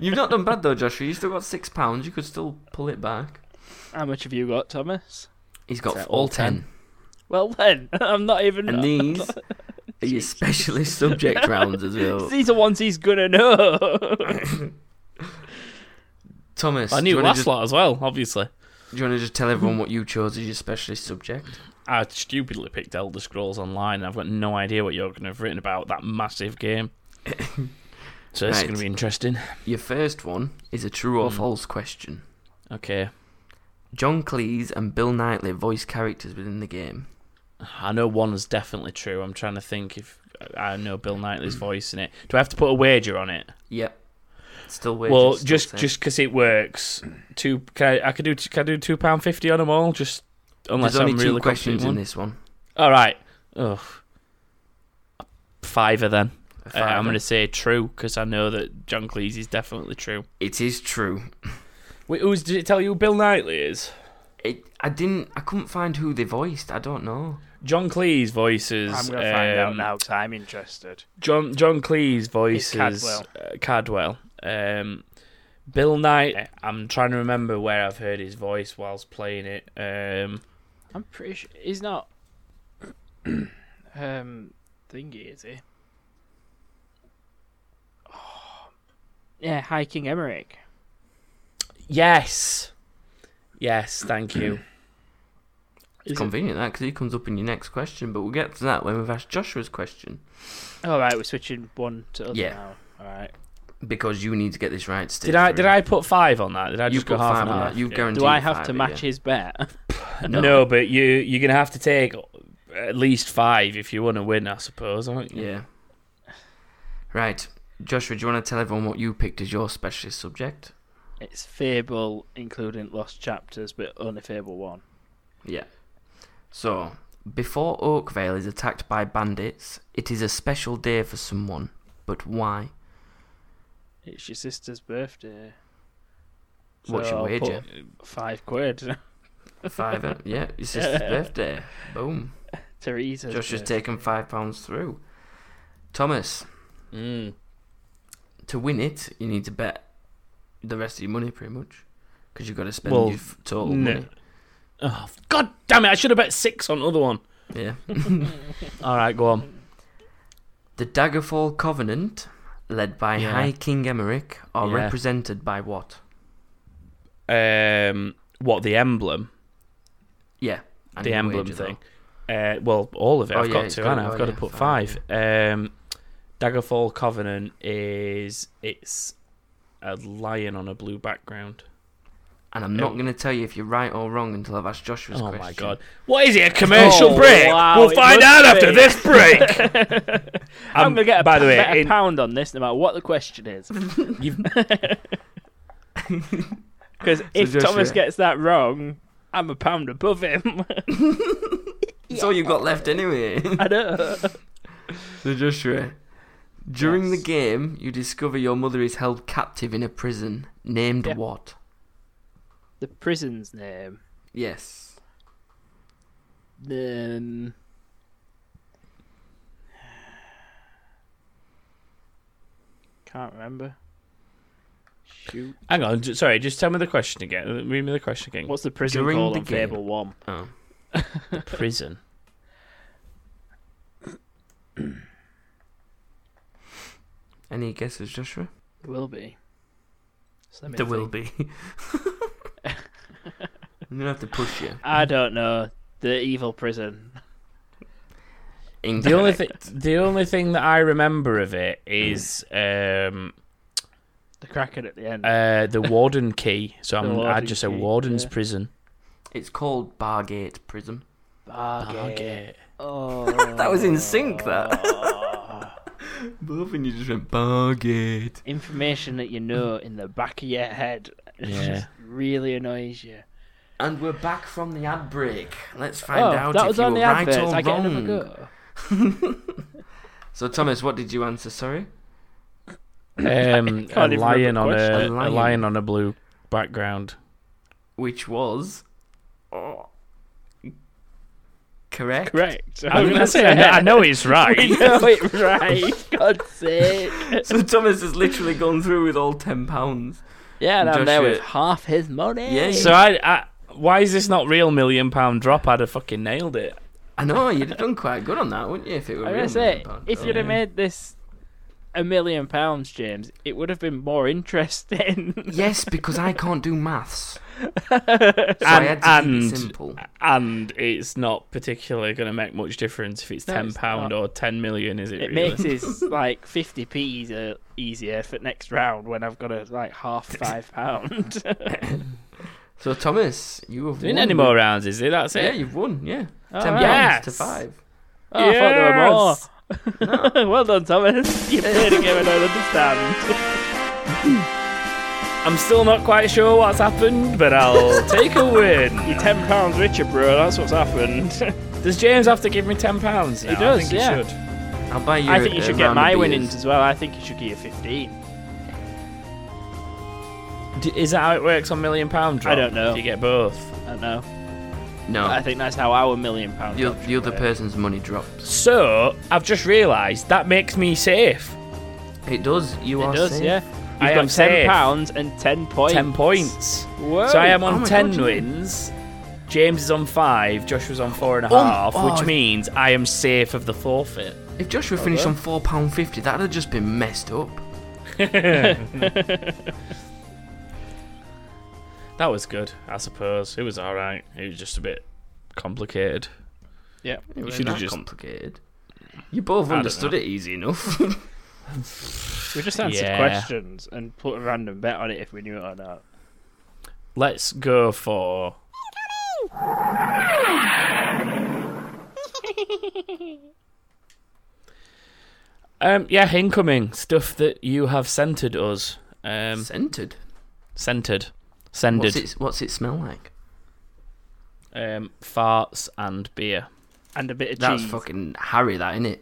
[SPEAKER 3] You've not done bad though, Joshua. You still got six pounds. You could still pull it back.
[SPEAKER 2] How much have you got, Thomas?
[SPEAKER 3] He's got
[SPEAKER 1] that all
[SPEAKER 3] all
[SPEAKER 1] 10?
[SPEAKER 3] ten.
[SPEAKER 2] Well then, I'm not even.
[SPEAKER 3] And these are your specialist subject rounds as well.
[SPEAKER 2] These are ones he's gonna know.
[SPEAKER 3] Thomas,
[SPEAKER 1] I
[SPEAKER 3] do you
[SPEAKER 1] knew
[SPEAKER 3] wanna
[SPEAKER 1] last
[SPEAKER 3] just-
[SPEAKER 1] lot as well, obviously.
[SPEAKER 3] do you want to just tell everyone what you chose as your specialist subject?
[SPEAKER 1] I stupidly picked Elder Scrolls Online, and I've got no idea what you're going to have written about that massive game. so this is
[SPEAKER 3] Right.
[SPEAKER 1] going to be interesting.
[SPEAKER 3] Your first one is a true
[SPEAKER 1] Hmm.
[SPEAKER 3] or false question.
[SPEAKER 1] Okay,
[SPEAKER 3] John Cleese and Bill Knightley voice characters within the game.
[SPEAKER 1] I know one is definitely true. I'm trying to think if I know Bill
[SPEAKER 3] Mm.
[SPEAKER 1] Knightley's voice in it. Do I have to put a wager on it?
[SPEAKER 3] Yep. Still waiting.
[SPEAKER 1] well,
[SPEAKER 3] still
[SPEAKER 1] just
[SPEAKER 3] same.
[SPEAKER 1] just because it works, two can I, I could do can I do two pound fifty on them all? Just unless
[SPEAKER 3] there's only
[SPEAKER 1] I'm
[SPEAKER 3] two
[SPEAKER 1] really
[SPEAKER 3] questions in
[SPEAKER 1] confident
[SPEAKER 3] this one.
[SPEAKER 1] one. All right, ugh, fiver then.
[SPEAKER 3] A
[SPEAKER 1] Uh, I'm
[SPEAKER 3] fiver.
[SPEAKER 1] going to say true because I know that John Cleese is definitely true.
[SPEAKER 3] It is true.
[SPEAKER 1] Wait, who's did it tell you who Bill Knightley is?
[SPEAKER 3] It. I didn't. I couldn't find who they voiced. I don't know.
[SPEAKER 1] John Cleese voices.
[SPEAKER 2] I'm gonna find out
[SPEAKER 1] um,
[SPEAKER 2] now because I'm interested.
[SPEAKER 1] John John Cleese voices
[SPEAKER 2] Cadwell.
[SPEAKER 1] Uh, Cadwell. Um, Bill Knight. I'm trying to remember where I've heard his voice whilst playing it. Um,
[SPEAKER 2] I'm pretty sure he's not. um, thingy is he? Yeah, High King Emmerich.
[SPEAKER 1] yes, yes. Thank you.
[SPEAKER 3] It's convenient that because he comes up in your next question, but we'll get to that when we've asked Joshua's question
[SPEAKER 2] All right, we're switching one to other
[SPEAKER 3] Yeah.
[SPEAKER 2] now. All right.
[SPEAKER 3] because you need to get this right. Steve,
[SPEAKER 1] Did I
[SPEAKER 3] for
[SPEAKER 1] did
[SPEAKER 3] it.
[SPEAKER 1] I put five on that? Did I
[SPEAKER 3] You
[SPEAKER 1] just go
[SPEAKER 3] put
[SPEAKER 1] half
[SPEAKER 3] five
[SPEAKER 1] and
[SPEAKER 3] on
[SPEAKER 1] half?
[SPEAKER 3] that. You
[SPEAKER 1] Yeah.
[SPEAKER 3] guarantee.
[SPEAKER 2] Do I have
[SPEAKER 3] five,
[SPEAKER 2] to
[SPEAKER 3] yeah.
[SPEAKER 2] match his bet?
[SPEAKER 1] No. but you you're gonna have to take at least five if you want to win. I suppose, aren't you?
[SPEAKER 3] Yeah. Right, Joshua. Do you want to tell everyone what you picked as your specialist subject?
[SPEAKER 2] It's Fable, including Lost Chapters, but only Fable One.
[SPEAKER 3] Yeah. So, before Oakvale is attacked by bandits, it is a special day for someone. But why?
[SPEAKER 2] It's your sister's birthday.
[SPEAKER 3] What's your
[SPEAKER 2] I'll
[SPEAKER 3] wager?
[SPEAKER 2] put Five quid.
[SPEAKER 3] Five. e-, yeah, your sister's
[SPEAKER 2] Yeah.
[SPEAKER 3] birthday. Boom.
[SPEAKER 2] Teresa's.
[SPEAKER 3] Josh has
[SPEAKER 2] birthday.
[SPEAKER 3] taken five pounds through. Thomas,
[SPEAKER 2] Hmm.
[SPEAKER 1] Mm.
[SPEAKER 3] to win it, you need to bet the rest of your money, pretty much, because you've got to spend
[SPEAKER 1] Well,
[SPEAKER 3] your f- total
[SPEAKER 1] no.
[SPEAKER 3] money.
[SPEAKER 1] Oh God damn it! I should have bet six on the other one.
[SPEAKER 3] Yeah.
[SPEAKER 1] All right, go on.
[SPEAKER 3] the Daggerfall Covenant, led by
[SPEAKER 1] Yeah.
[SPEAKER 3] High King Emmerich, are
[SPEAKER 1] Yeah.
[SPEAKER 3] represented by what?
[SPEAKER 1] Um, what the emblem?
[SPEAKER 3] Yeah. I
[SPEAKER 1] the
[SPEAKER 3] need a
[SPEAKER 1] emblem
[SPEAKER 3] wager, though.
[SPEAKER 1] thing. Uh, well, all of it.
[SPEAKER 3] Oh,
[SPEAKER 1] I've
[SPEAKER 3] yeah,
[SPEAKER 1] got
[SPEAKER 3] it's
[SPEAKER 1] to,
[SPEAKER 3] got-
[SPEAKER 1] and I've
[SPEAKER 3] oh,
[SPEAKER 1] got to
[SPEAKER 3] yeah,
[SPEAKER 1] put
[SPEAKER 3] five,
[SPEAKER 1] five. Um, Daggerfall Covenant is it's a lion on a blue background.
[SPEAKER 3] And I'm not going to tell you if you're right or wrong until I've asked Joshua's
[SPEAKER 1] oh
[SPEAKER 3] question.
[SPEAKER 1] my god! What is it? A commercial
[SPEAKER 2] Oh,
[SPEAKER 1] break?
[SPEAKER 2] wow,
[SPEAKER 1] we'll
[SPEAKER 2] it
[SPEAKER 1] find out
[SPEAKER 2] must
[SPEAKER 1] after
[SPEAKER 2] be.
[SPEAKER 1] this break.
[SPEAKER 2] I'm
[SPEAKER 1] Um,
[SPEAKER 2] gonna get a,
[SPEAKER 1] by the way,
[SPEAKER 2] a
[SPEAKER 1] in-
[SPEAKER 2] pound on this, no matter what the question is.
[SPEAKER 1] You've-
[SPEAKER 2] Because if
[SPEAKER 3] Joshua-
[SPEAKER 2] Thomas gets that wrong, I'm a pound above him.
[SPEAKER 3] It's all you've got left anyway.
[SPEAKER 2] I know.
[SPEAKER 3] so Joshua, During
[SPEAKER 2] Yes.
[SPEAKER 3] the game, you discover your mother is held captive in a prison named
[SPEAKER 2] Yeah.
[SPEAKER 3] what?
[SPEAKER 2] The prison's name.
[SPEAKER 3] Yes.
[SPEAKER 2] Um, can't remember. Shoot.
[SPEAKER 1] Hang on, j- sorry. Just tell me the question again. Read me the question again.
[SPEAKER 2] What's the prison
[SPEAKER 3] During
[SPEAKER 2] called
[SPEAKER 3] the
[SPEAKER 2] on
[SPEAKER 3] game.
[SPEAKER 2] Fable 1?
[SPEAKER 3] Oh.
[SPEAKER 1] prison?
[SPEAKER 3] Any guesses, Joshua?
[SPEAKER 2] Will be. So let me
[SPEAKER 3] There will
[SPEAKER 2] think.
[SPEAKER 3] be. I'm gonna have to push you.
[SPEAKER 2] I don't know. The evil prison.
[SPEAKER 1] The only thing, the only thing that I remember of it is um,
[SPEAKER 2] The Kraken at the end.
[SPEAKER 1] uh, the warden key. So
[SPEAKER 2] The
[SPEAKER 1] I'm, I'd
[SPEAKER 2] warden
[SPEAKER 1] just say
[SPEAKER 2] key,
[SPEAKER 1] warden's
[SPEAKER 2] yeah.
[SPEAKER 1] prison.
[SPEAKER 3] It's called Bargate Prison.
[SPEAKER 2] Bargate.
[SPEAKER 1] Bargate.
[SPEAKER 2] Oh.
[SPEAKER 3] That was in sync, that. Both and you just went Bargate.
[SPEAKER 2] Information that you know in the back of your head
[SPEAKER 1] Yeah.
[SPEAKER 2] just really annoys you.
[SPEAKER 3] And we're back from the ad break. Let's find
[SPEAKER 2] oh,
[SPEAKER 3] out
[SPEAKER 2] that
[SPEAKER 3] if
[SPEAKER 2] was
[SPEAKER 3] you
[SPEAKER 2] on
[SPEAKER 3] were
[SPEAKER 2] the
[SPEAKER 3] right
[SPEAKER 2] adverts.
[SPEAKER 3] or
[SPEAKER 2] I get another
[SPEAKER 3] wrong.
[SPEAKER 2] go.
[SPEAKER 3] So Thomas, what did you answer? Sorry.
[SPEAKER 1] Um, a
[SPEAKER 2] can't even
[SPEAKER 1] lion
[SPEAKER 2] remember
[SPEAKER 1] on
[SPEAKER 2] the
[SPEAKER 1] a,
[SPEAKER 3] question.
[SPEAKER 1] a lion on a blue background.
[SPEAKER 3] Which was oh, correct.
[SPEAKER 2] Correct.
[SPEAKER 1] I was gonna say I know, I know it's right.
[SPEAKER 2] know it right. God's sake.
[SPEAKER 3] So Thomas has literally gone through with all ten pounds.
[SPEAKER 2] Yeah, and I'm
[SPEAKER 3] Josh,
[SPEAKER 2] there
[SPEAKER 3] uh,
[SPEAKER 2] with half his money.
[SPEAKER 3] Yeah,
[SPEAKER 1] so I, I, why is this not real million pound drop? I'd have fucking nailed it.
[SPEAKER 3] I know you'd have done quite good on that, wouldn't you? If it were
[SPEAKER 2] I'm
[SPEAKER 3] real
[SPEAKER 2] gonna say,
[SPEAKER 3] million pound
[SPEAKER 2] if
[SPEAKER 3] bill?
[SPEAKER 2] you'd have made this a million pounds, James, it would have been more interesting.
[SPEAKER 3] Yes, because I can't do maths. So I had
[SPEAKER 1] And,
[SPEAKER 3] to keep it
[SPEAKER 1] and
[SPEAKER 3] simple.
[SPEAKER 1] and it's not particularly going to make much difference if it's
[SPEAKER 2] No,
[SPEAKER 1] ten
[SPEAKER 2] it's
[SPEAKER 1] pound
[SPEAKER 2] not.
[SPEAKER 1] or ten million, is it?
[SPEAKER 2] It
[SPEAKER 1] really?
[SPEAKER 2] makes his like 50p easier, easier for next round when I've got a like half five pound.
[SPEAKER 3] So Thomas, you have
[SPEAKER 1] doing
[SPEAKER 3] won.
[SPEAKER 1] any more rounds? Is it? That's
[SPEAKER 3] Yeah,
[SPEAKER 1] it.
[SPEAKER 3] you've won. Yeah,
[SPEAKER 2] All
[SPEAKER 3] ten
[SPEAKER 2] right.
[SPEAKER 3] pounds
[SPEAKER 1] Yes.
[SPEAKER 3] to five.
[SPEAKER 2] Oh, I thought there were more.
[SPEAKER 1] Yes.
[SPEAKER 2] well done, Thomas. You played a game I don't understand.
[SPEAKER 1] I'm still not quite sure what's happened, but I'll take a win.
[SPEAKER 2] You're ten pounds richer, bro. That's what's happened.
[SPEAKER 1] Does James have to give me ten pounds?
[SPEAKER 2] He does,
[SPEAKER 1] I think
[SPEAKER 2] yeah.
[SPEAKER 1] He should.
[SPEAKER 3] I'll buy you.
[SPEAKER 2] I think you
[SPEAKER 3] a
[SPEAKER 2] should
[SPEAKER 3] round
[SPEAKER 2] get
[SPEAKER 3] of
[SPEAKER 2] my
[SPEAKER 3] beers.
[SPEAKER 2] winnings as well. I think you should get your 15.
[SPEAKER 1] D- is that how it works on million pound drop?
[SPEAKER 2] I don't know.
[SPEAKER 1] Do you get both?
[SPEAKER 2] I don't know.
[SPEAKER 3] No,
[SPEAKER 2] I think that's how our million pound.
[SPEAKER 3] the,
[SPEAKER 2] job
[SPEAKER 3] the
[SPEAKER 2] should
[SPEAKER 3] other
[SPEAKER 2] work.
[SPEAKER 3] person's money drops.
[SPEAKER 1] So I've just realised that makes me safe.
[SPEAKER 3] It does. You are
[SPEAKER 2] It does,
[SPEAKER 3] safe.
[SPEAKER 2] yeah.
[SPEAKER 1] I am
[SPEAKER 2] You've got ten
[SPEAKER 1] safe.
[SPEAKER 2] pounds and ten points.
[SPEAKER 1] Ten points.
[SPEAKER 2] Whoa.
[SPEAKER 1] So I am on
[SPEAKER 3] Oh my
[SPEAKER 1] ten
[SPEAKER 3] God, yeah.
[SPEAKER 1] wins. James is on five. Joshua's on four and a
[SPEAKER 3] Oh,
[SPEAKER 1] half,
[SPEAKER 3] oh,
[SPEAKER 1] which
[SPEAKER 3] I-
[SPEAKER 1] means I am safe of the forfeit.
[SPEAKER 3] If Joshua
[SPEAKER 2] Oh,
[SPEAKER 3] finished on four pound fifty, that'd have just been messed up.
[SPEAKER 1] That was good, I suppose. It was all right. It was just a bit complicated.
[SPEAKER 2] Yeah.
[SPEAKER 3] It wasn't
[SPEAKER 1] should've
[SPEAKER 3] that
[SPEAKER 1] just-
[SPEAKER 3] complicated. You both
[SPEAKER 1] don't
[SPEAKER 3] understood
[SPEAKER 1] know.
[SPEAKER 3] it easy enough.
[SPEAKER 2] We just answered
[SPEAKER 1] Yeah.
[SPEAKER 2] questions and put a random bet on it if we knew it or not.
[SPEAKER 1] Let's go for. um, yeah, incoming stuff that you have centered us. Um,
[SPEAKER 3] Scented.
[SPEAKER 1] centered,
[SPEAKER 3] What's
[SPEAKER 1] sended.
[SPEAKER 3] it? What's it smell like?
[SPEAKER 1] Um, farts and beer.
[SPEAKER 2] And a bit of
[SPEAKER 3] That's
[SPEAKER 2] cheese.
[SPEAKER 3] fucking Harry, that innit?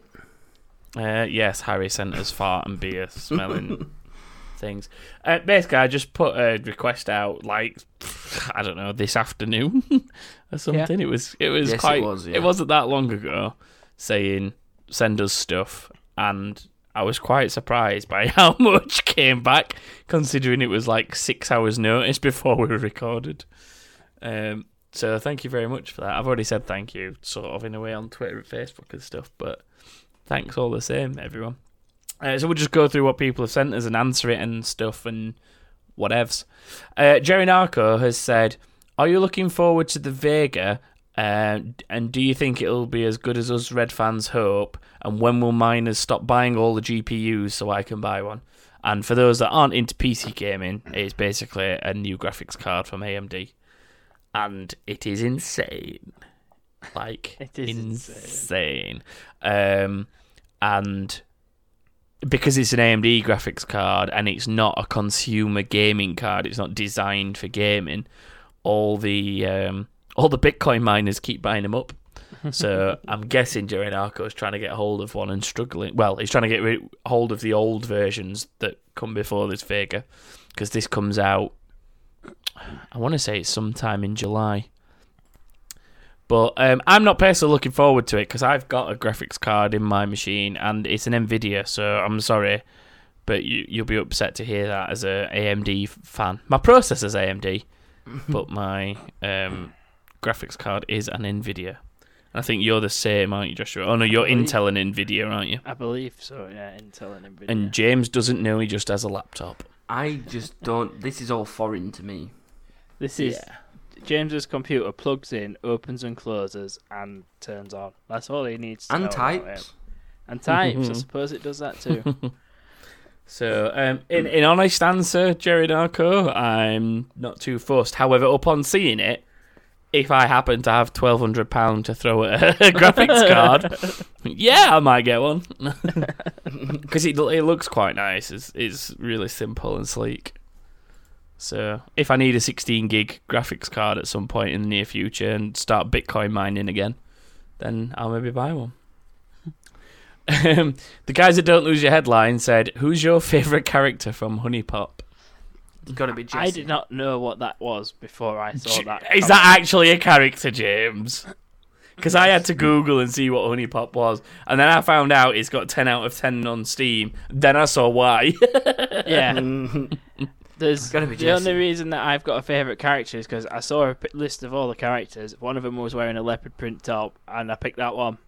[SPEAKER 1] Uh, yes, Harry sent us fart and beer smelling things. Uh, basically, I just put a request out like I don't know this afternoon or something. It was it was
[SPEAKER 3] Yes, it
[SPEAKER 1] quite
[SPEAKER 3] was, yeah.
[SPEAKER 1] not that long ago saying send us stuff, and I was quite surprised by how much came back, considering it was like six hours notice before we were recorded. Um, so thank you very much for that. I've already said thank you, sort of in a way on Twitter and Facebook and stuff, but thanks all the same, everyone. Uh, so we'll just go through what people have sent us and answer it and stuff and whatevs. Uh, Jerry Narco has said, "Are you looking forward to the Vega? Uh, and do you think it'll be as good as us Red fans hope? And when will miners stop buying all the GPUs so I can buy one?" And for those that aren't into PC gaming, it's basically a new graphics card from AMD, and it is insane. Like
[SPEAKER 2] It is
[SPEAKER 1] insane. Um, and because it's an AMD graphics card and it's not a consumer gaming card, it's not designed for gaming. All the um, all the Bitcoin miners keep buying them up, so I'm guessing Jerry Narco is trying to get hold of one and struggling. Well, he's trying to get rid- hold of the old versions that come before this Vega, because this comes out. I want to say it's sometime in July. But um, I'm not personally looking forward to it because I've got a graphics card in my machine and it's an Nvidia. So I'm sorry, but you you'll be upset to hear that as a AMD f- fan. My processor's AMD, but my um, graphics card is an Nvidia. I think you're the same, aren't you, Joshua? Oh no, you're Intel and Nvidia, aren't you?
[SPEAKER 2] I believe so. Yeah, Intel and Nvidia.
[SPEAKER 1] And James doesn't know he just has a laptop.
[SPEAKER 3] I just don't. This is all foreign to me.
[SPEAKER 2] this is James's computer plugs in, opens and closes, and turns on. That's all he needs. To know
[SPEAKER 3] And
[SPEAKER 2] about
[SPEAKER 3] types.
[SPEAKER 2] it. And types. I suppose it does that too.
[SPEAKER 1] So, um, in in honest answer, Jerry Narco, I'm not too fussed. However, upon seeing it, if I happen to have twelve hundred pound to throw at a graphics card, yeah, I might get one because it it looks quite nice. It's it's really simple and sleek. So, if I need a sixteen gig graphics card at some point in the near future and start Bitcoin mining again, then I'll maybe buy one. Um, the guys that don't lose your headline said, "Who's your favorite character from Honey Pop?"
[SPEAKER 3] It's got to be. Jesse.
[SPEAKER 2] I did not know what that was before I saw that.
[SPEAKER 1] Is that actually a character, James? Because I had to Google and see what Honey Pop was, and then I found out it's got ten out of ten on Steam. Then I saw why.
[SPEAKER 2] comment. Yeah, there's
[SPEAKER 3] gotta be
[SPEAKER 2] the only
[SPEAKER 3] Jesse.
[SPEAKER 2] reason that I've got a favorite character is because I saw a p- list of all the characters. One of them was wearing a leopard print top, and I picked that one.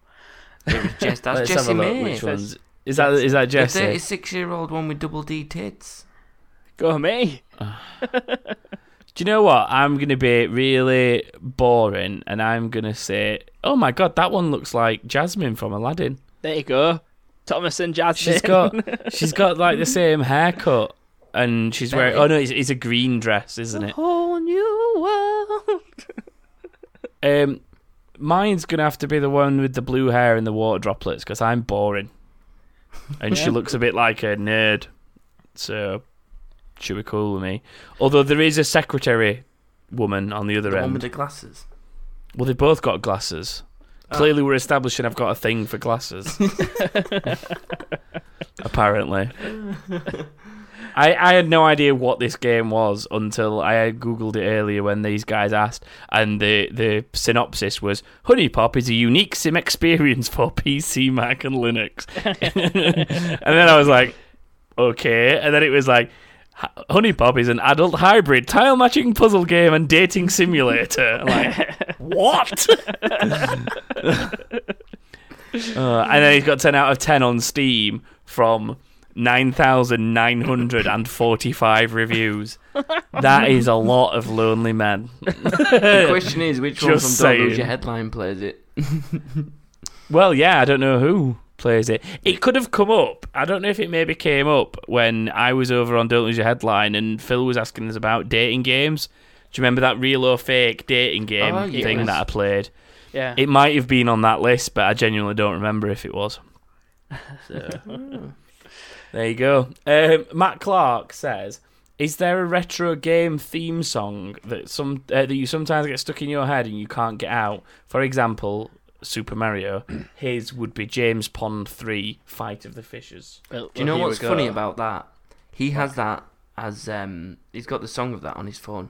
[SPEAKER 3] It was Jess. That's
[SPEAKER 1] Let's have
[SPEAKER 3] Jesse
[SPEAKER 1] a look
[SPEAKER 3] May.
[SPEAKER 1] Which ones? Is that is that
[SPEAKER 3] The
[SPEAKER 1] Jesse?
[SPEAKER 3] thirty-six-year-old one with double D tits.
[SPEAKER 2] Go me.
[SPEAKER 1] Do you know what? I'm gonna be really boring, and I'm gonna say, "Oh my god, that one looks like Jasmine from Aladdin."
[SPEAKER 2] There you go. Thomas and Jasmine.
[SPEAKER 1] She's got she's got like the same haircut, and she's wearing. Oh no, it's, it's a green dress, isn't it?
[SPEAKER 2] whole new world.
[SPEAKER 1] Um, mine's gonna have to be the one with the blue hair and the water droplets because I'm boring, and she looks a bit like a nerd, so she would be cool with me. Although there is a secretary woman on the other
[SPEAKER 3] The one
[SPEAKER 1] end.
[SPEAKER 3] with the glasses.
[SPEAKER 1] Well, they both got glasses. Clearly, we're establishing I've got a thing for glasses. Apparently. I, I had no idea what this game was until I had googled it earlier when these guys asked, and the, the synopsis was Honey Pop is a unique sim experience for PC, Mac, and Linux. and then I was like, okay. And then it was like, "H- Honey Pop is an adult hybrid tile matching puzzle game and dating simulator. I'm like, what? Uh, and then he's got 10 out of 10 on Steam from 9,945 reviews. That is a lot of lonely men.
[SPEAKER 3] The question is, which one
[SPEAKER 1] Just
[SPEAKER 3] from Don't Lose
[SPEAKER 1] saying.
[SPEAKER 3] Your Headline plays it?
[SPEAKER 1] Well, yeah, I don't know who plays it. It could have come up. I don't know if it maybe came up when I was over on Don't Lose Your Headline and Phil was asking us about dating games. Do you remember that real or fake dating game
[SPEAKER 3] Oh, yes.
[SPEAKER 1] thing that I played?
[SPEAKER 2] Yeah.
[SPEAKER 1] It might have been on that list, but I genuinely don't remember if it was. So, there you go. Um, Matt Clark says, "Is there a retro game theme song that some uh, that you sometimes get stuck in your head and you can't get out? For example, Super Mario. His would be James Pond Three: Fight of the Fishes.
[SPEAKER 2] Well,
[SPEAKER 3] Do you know
[SPEAKER 2] here we
[SPEAKER 3] what's
[SPEAKER 2] go.
[SPEAKER 3] funny about that? He has that as um. He's got the song of that on his phone.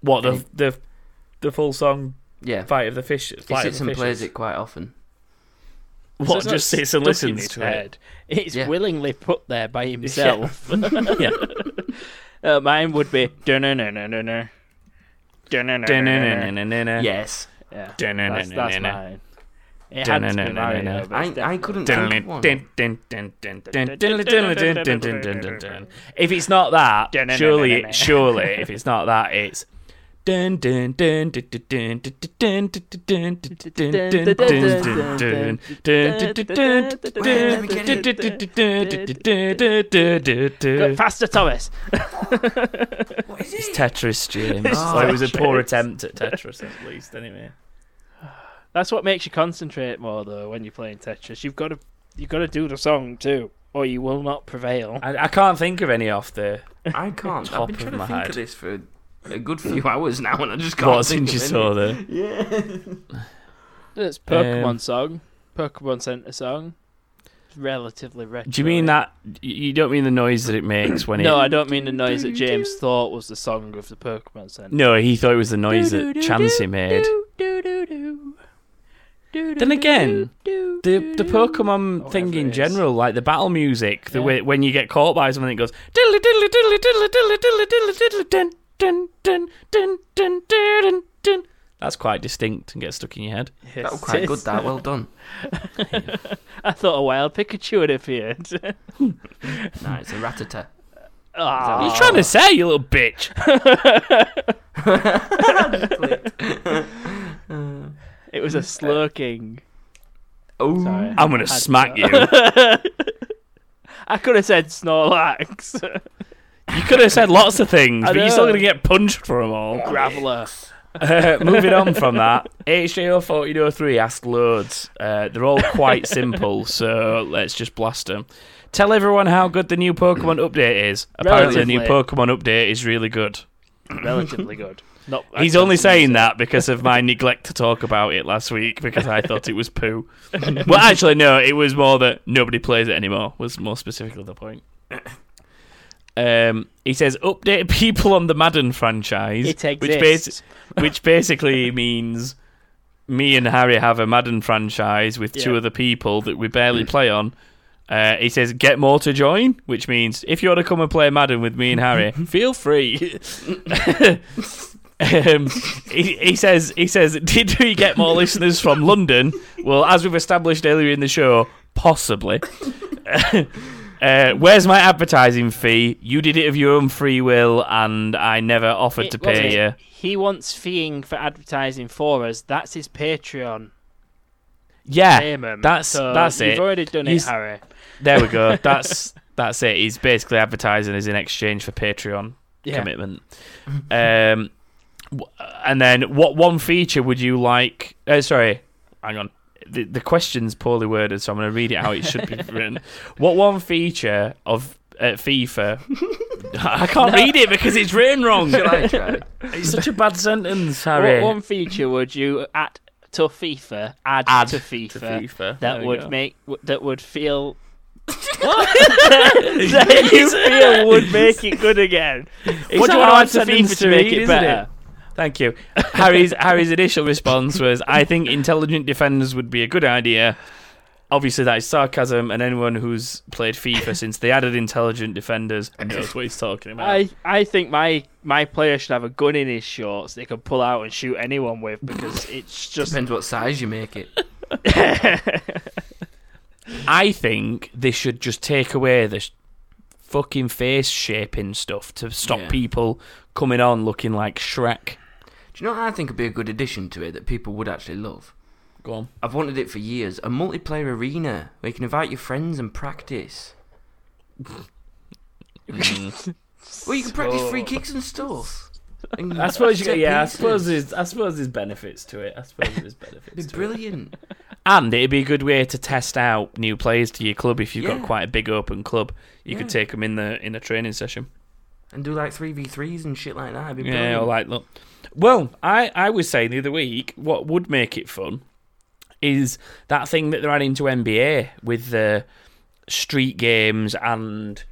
[SPEAKER 1] What
[SPEAKER 3] Any-
[SPEAKER 1] the the the full song
[SPEAKER 3] Yeah.
[SPEAKER 1] Fight of the Fishes?
[SPEAKER 3] He
[SPEAKER 1] Fight
[SPEAKER 3] sits
[SPEAKER 1] of the
[SPEAKER 3] and plays
[SPEAKER 1] Fishes?
[SPEAKER 3] it quite often.
[SPEAKER 2] So
[SPEAKER 1] What
[SPEAKER 2] it's not
[SPEAKER 1] just sits and
[SPEAKER 2] stuck in
[SPEAKER 1] listens
[SPEAKER 2] his
[SPEAKER 1] to it?
[SPEAKER 2] head. It's
[SPEAKER 3] Yeah.
[SPEAKER 2] willingly put there by himself.
[SPEAKER 1] Yeah.
[SPEAKER 2] Uh, mine would be dun-dun-dun-dun-dun. Dun-dun-dun-dun-dun.
[SPEAKER 1] Yeah.
[SPEAKER 3] Yes.
[SPEAKER 2] Yeah, that's, that's
[SPEAKER 1] Dun-dun-dun-dun-dun.
[SPEAKER 2] mine. It had to be Mario,
[SPEAKER 1] Dun-dun-dun-dun-dun.
[SPEAKER 2] but
[SPEAKER 3] I
[SPEAKER 2] it's
[SPEAKER 3] I
[SPEAKER 2] definitely-
[SPEAKER 3] couldn't think of one.
[SPEAKER 1] If it's not that, surely, surely, if it's not that, it's.
[SPEAKER 2] Go
[SPEAKER 1] It's
[SPEAKER 2] faster, Thomas.
[SPEAKER 3] What is it?
[SPEAKER 1] Tetris, James.
[SPEAKER 3] Oh,
[SPEAKER 1] it was a poor
[SPEAKER 2] Tetris.
[SPEAKER 1] attempt at Tetris, at least, anyway.
[SPEAKER 2] That's what makes you concentrate more though when you're playing Tetris. You've got to you've got to do the song too, or you will not prevail.
[SPEAKER 1] I, I can't think of any off the
[SPEAKER 3] I can't. I've
[SPEAKER 1] Top
[SPEAKER 3] been
[SPEAKER 1] of
[SPEAKER 3] trying to
[SPEAKER 1] my
[SPEAKER 3] think
[SPEAKER 1] head.
[SPEAKER 3] of this for a good few hours now, and I just can't.
[SPEAKER 1] what
[SPEAKER 3] think
[SPEAKER 1] since you
[SPEAKER 3] of
[SPEAKER 1] saw
[SPEAKER 3] any.
[SPEAKER 1] there.
[SPEAKER 3] Yeah.
[SPEAKER 2] It's Pokemon
[SPEAKER 1] Um,
[SPEAKER 2] song. Pokemon Center song. It's relatively retro.
[SPEAKER 1] Do you mean that? You don't mean the noise that it makes when
[SPEAKER 2] No,
[SPEAKER 1] it?
[SPEAKER 2] I don't mean the noise that James thought was the song of the Pokemon Center.
[SPEAKER 1] No, he thought it was the noise that Chansey made. Then again, the the Pokemon thing
[SPEAKER 2] Whatever
[SPEAKER 1] in
[SPEAKER 2] it is.
[SPEAKER 1] general, like the battle music, the
[SPEAKER 2] Yeah.
[SPEAKER 1] way when you get caught by something, it goes diddly diddly diddly diddly diddly diddly diddly diddly dun dun dun dun dun dun dun dun. That's quite distinct and gets stuck in your head.
[SPEAKER 2] Yes,
[SPEAKER 3] That was quite
[SPEAKER 2] it
[SPEAKER 3] good.
[SPEAKER 2] is.
[SPEAKER 3] That well done.
[SPEAKER 2] I thought a wild Pikachu had appeared.
[SPEAKER 3] Nah, it's a ratata.
[SPEAKER 2] Ah.
[SPEAKER 1] What are you trying to say, you little bitch?
[SPEAKER 2] It was a slurking.
[SPEAKER 3] Oh,
[SPEAKER 2] Sorry.
[SPEAKER 1] I'm gonna
[SPEAKER 2] Had to.
[SPEAKER 1] smack you.
[SPEAKER 2] I could have said Snorlax,
[SPEAKER 1] You could have said lots of things,
[SPEAKER 2] I
[SPEAKER 1] but you're still
[SPEAKER 2] know.
[SPEAKER 1] gonna get punched for them all.
[SPEAKER 2] Graveler.
[SPEAKER 1] Uh, moving on from that, HJO1403 asked oh loads. Uh, they're all quite simple, so let's just blast them. Tell everyone how good the new Pokemon update is. Apparently, the new
[SPEAKER 2] Relatively.
[SPEAKER 1] Pokemon update is really good.
[SPEAKER 2] Relatively good. Not,
[SPEAKER 1] He's only saying that because of my neglect to talk about it last week because I thought it was poo. well, actually, no, it was more that nobody plays it anymore, was more specifically the point. Um, he says, update people on the Madden franchise.
[SPEAKER 2] It
[SPEAKER 1] which
[SPEAKER 2] exists.
[SPEAKER 1] which basically means me and Harry have a Madden franchise with two
[SPEAKER 2] Yeah.
[SPEAKER 1] other people that we barely play on. Uh, he says, "Get more to join," which means if you want to come and play Madden with me and Harry, feel free. um, he, he says, "He says, did we get more listeners from London?" Well, as we've established earlier in the show, possibly. Uh, where's my advertising fee? You did it of your own free will, and I never offered
[SPEAKER 2] It
[SPEAKER 1] to
[SPEAKER 2] wasn't-
[SPEAKER 1] pay you.
[SPEAKER 2] He wants feeing for advertising for us. That's his Patreon
[SPEAKER 1] Yeah,
[SPEAKER 2] payment.
[SPEAKER 1] Ah, that's
[SPEAKER 2] so
[SPEAKER 1] that's
[SPEAKER 2] you've
[SPEAKER 1] it.
[SPEAKER 2] already done
[SPEAKER 1] He's-
[SPEAKER 2] it, Harry.
[SPEAKER 1] There we go. That's that's it. He's basically advertising as in exchange for Patreon
[SPEAKER 2] Yeah.
[SPEAKER 1] commitment. Um, w- and then what one feature would you like? Uh, sorry, hang on. The, the question's poorly worded, so I'm going to read it how it should be written. What one feature of uh, FIFA? I can't read it because it's written wrong.
[SPEAKER 3] shall I try?
[SPEAKER 1] It's such a bad sentence, Harry.
[SPEAKER 2] What one feature would you at to FIFA add,
[SPEAKER 1] Add
[SPEAKER 2] to, FIFA
[SPEAKER 1] to FIFA. There
[SPEAKER 2] that
[SPEAKER 1] we
[SPEAKER 2] would
[SPEAKER 1] go.
[SPEAKER 2] make that would feel that you feel would make it good again? what
[SPEAKER 1] a
[SPEAKER 2] do you want
[SPEAKER 1] hard
[SPEAKER 2] to add to
[SPEAKER 1] sentence to
[SPEAKER 2] FIFA to make
[SPEAKER 1] read,
[SPEAKER 2] it
[SPEAKER 1] isn't it?
[SPEAKER 2] better?
[SPEAKER 1] Thank you. Harry's Harry's initial response was, "I think intelligent defenders would be a good idea." Obviously, that is sarcasm, and anyone who's played FIFA since they added intelligent defenders knows what he's talking about.
[SPEAKER 2] I, I think my my player should have a gun in his shorts that he can pull out and shoot anyone with because it's just
[SPEAKER 3] Depends what size you make it.
[SPEAKER 1] I think they should just take away the sh- fucking face shaping stuff to stop
[SPEAKER 3] Yeah.
[SPEAKER 1] people coming on looking like Shrek.
[SPEAKER 3] Do you know what I think would be a good addition to it that people would actually love?
[SPEAKER 1] Go on.
[SPEAKER 3] I've wanted it for years. A multiplayer arena where you can invite your friends and practice.
[SPEAKER 1] Mm.
[SPEAKER 3] well, you can practice free kicks and stuff. And
[SPEAKER 1] I suppose you,
[SPEAKER 3] set
[SPEAKER 1] yeah. I
[SPEAKER 3] pieces.
[SPEAKER 1] suppose there's I suppose there's benefits to it. I suppose there's benefits.
[SPEAKER 3] It'd be brilliant.
[SPEAKER 1] And it'd be a good way to test out new players to your club if you've
[SPEAKER 3] Yeah.
[SPEAKER 1] got quite a big open club. You could
[SPEAKER 3] Yeah.
[SPEAKER 1] take them in the in a training session.
[SPEAKER 3] and do like three v threes and shit like that. It'd be brilliant.
[SPEAKER 1] Yeah, or like look. Well, I I was saying the other week what would make it fun is that thing that they're adding to NBA with the street games and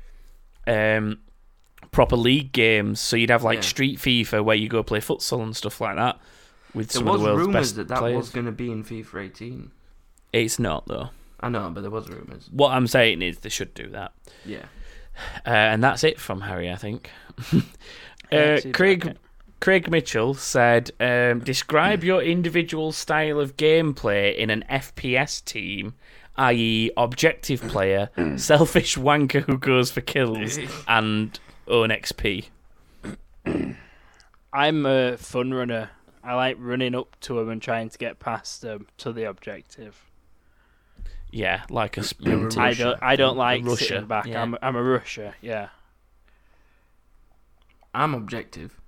[SPEAKER 1] um proper league games. So you'd have like
[SPEAKER 3] Yeah.
[SPEAKER 1] street FIFA where you go play futsal and stuff like that with
[SPEAKER 3] there
[SPEAKER 1] some
[SPEAKER 3] was
[SPEAKER 1] of the world's
[SPEAKER 3] rumors
[SPEAKER 1] best
[SPEAKER 3] that that
[SPEAKER 1] players.
[SPEAKER 3] was going to be in FIFA 18.
[SPEAKER 1] It's not though.
[SPEAKER 3] I know, but there was rumors.
[SPEAKER 1] What I'm saying is they should do that.
[SPEAKER 3] Yeah.
[SPEAKER 1] Uh, and that's it from Harry, I think. uh,
[SPEAKER 2] Yeah, see,
[SPEAKER 1] Craig
[SPEAKER 2] okay.
[SPEAKER 1] Craig Mitchell said, um, "Describe your individual style of gameplay in an FPS team, i.e., objective player, selfish wanker who goes for kills, and own XP."
[SPEAKER 2] I'm a fun runner. I like running up to them and trying to get past them to the objective.
[SPEAKER 1] Yeah, like a sprinter.
[SPEAKER 2] I don't I don't like
[SPEAKER 1] Russia,
[SPEAKER 2] sitting back.
[SPEAKER 1] yeah.
[SPEAKER 2] I'm I'm a rusher. Yeah.
[SPEAKER 3] I'm objective.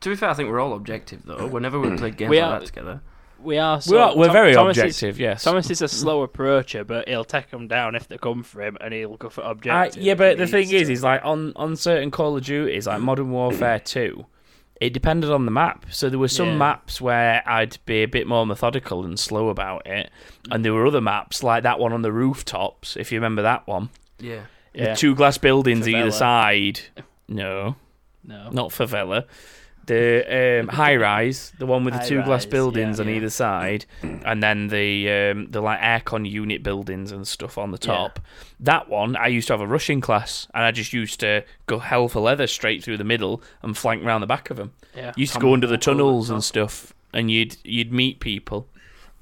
[SPEAKER 3] To be fair, I think we're all objective though. Whenever we play games
[SPEAKER 2] We
[SPEAKER 3] like
[SPEAKER 2] are-
[SPEAKER 3] that together,
[SPEAKER 2] We are.
[SPEAKER 1] We're,
[SPEAKER 2] So,
[SPEAKER 1] we're
[SPEAKER 2] Tom-
[SPEAKER 1] very
[SPEAKER 2] Thomas is-
[SPEAKER 1] objective. yes.
[SPEAKER 2] Thomas is a slow approacher, but he'll take them down if they come for him, and he'll go for
[SPEAKER 1] I,
[SPEAKER 2] objective.
[SPEAKER 1] yeah,
[SPEAKER 2] if
[SPEAKER 1] but
[SPEAKER 2] he
[SPEAKER 1] the thing
[SPEAKER 2] needs
[SPEAKER 1] is,
[SPEAKER 2] to.
[SPEAKER 1] is like on on certain Call of Duties, like Modern Warfare Two, it depended on the map. So there were some
[SPEAKER 2] Yeah.
[SPEAKER 1] maps where I'd be a bit more methodical and slow about it, and there were other maps like that one on the rooftops, if you remember that one.
[SPEAKER 3] Yeah.
[SPEAKER 2] Yeah.
[SPEAKER 1] The two glass buildings either
[SPEAKER 2] Favela.
[SPEAKER 1] side. No,
[SPEAKER 2] no.
[SPEAKER 1] not favela. The um, high rise, the one with the two glass
[SPEAKER 2] High-rise,
[SPEAKER 1] buildings
[SPEAKER 2] yeah.
[SPEAKER 1] on either side, and then the um, the like aircon unit buildings and stuff on the top. That one I used to have a rushing class, and I just used to go hell for leather straight through the middle and flank round the back of them.
[SPEAKER 2] Yeah.
[SPEAKER 1] You used to
[SPEAKER 3] Come
[SPEAKER 1] go under the
[SPEAKER 3] up over the
[SPEAKER 1] tunnels and
[SPEAKER 3] top.
[SPEAKER 1] stuff, and you'd you'd meet people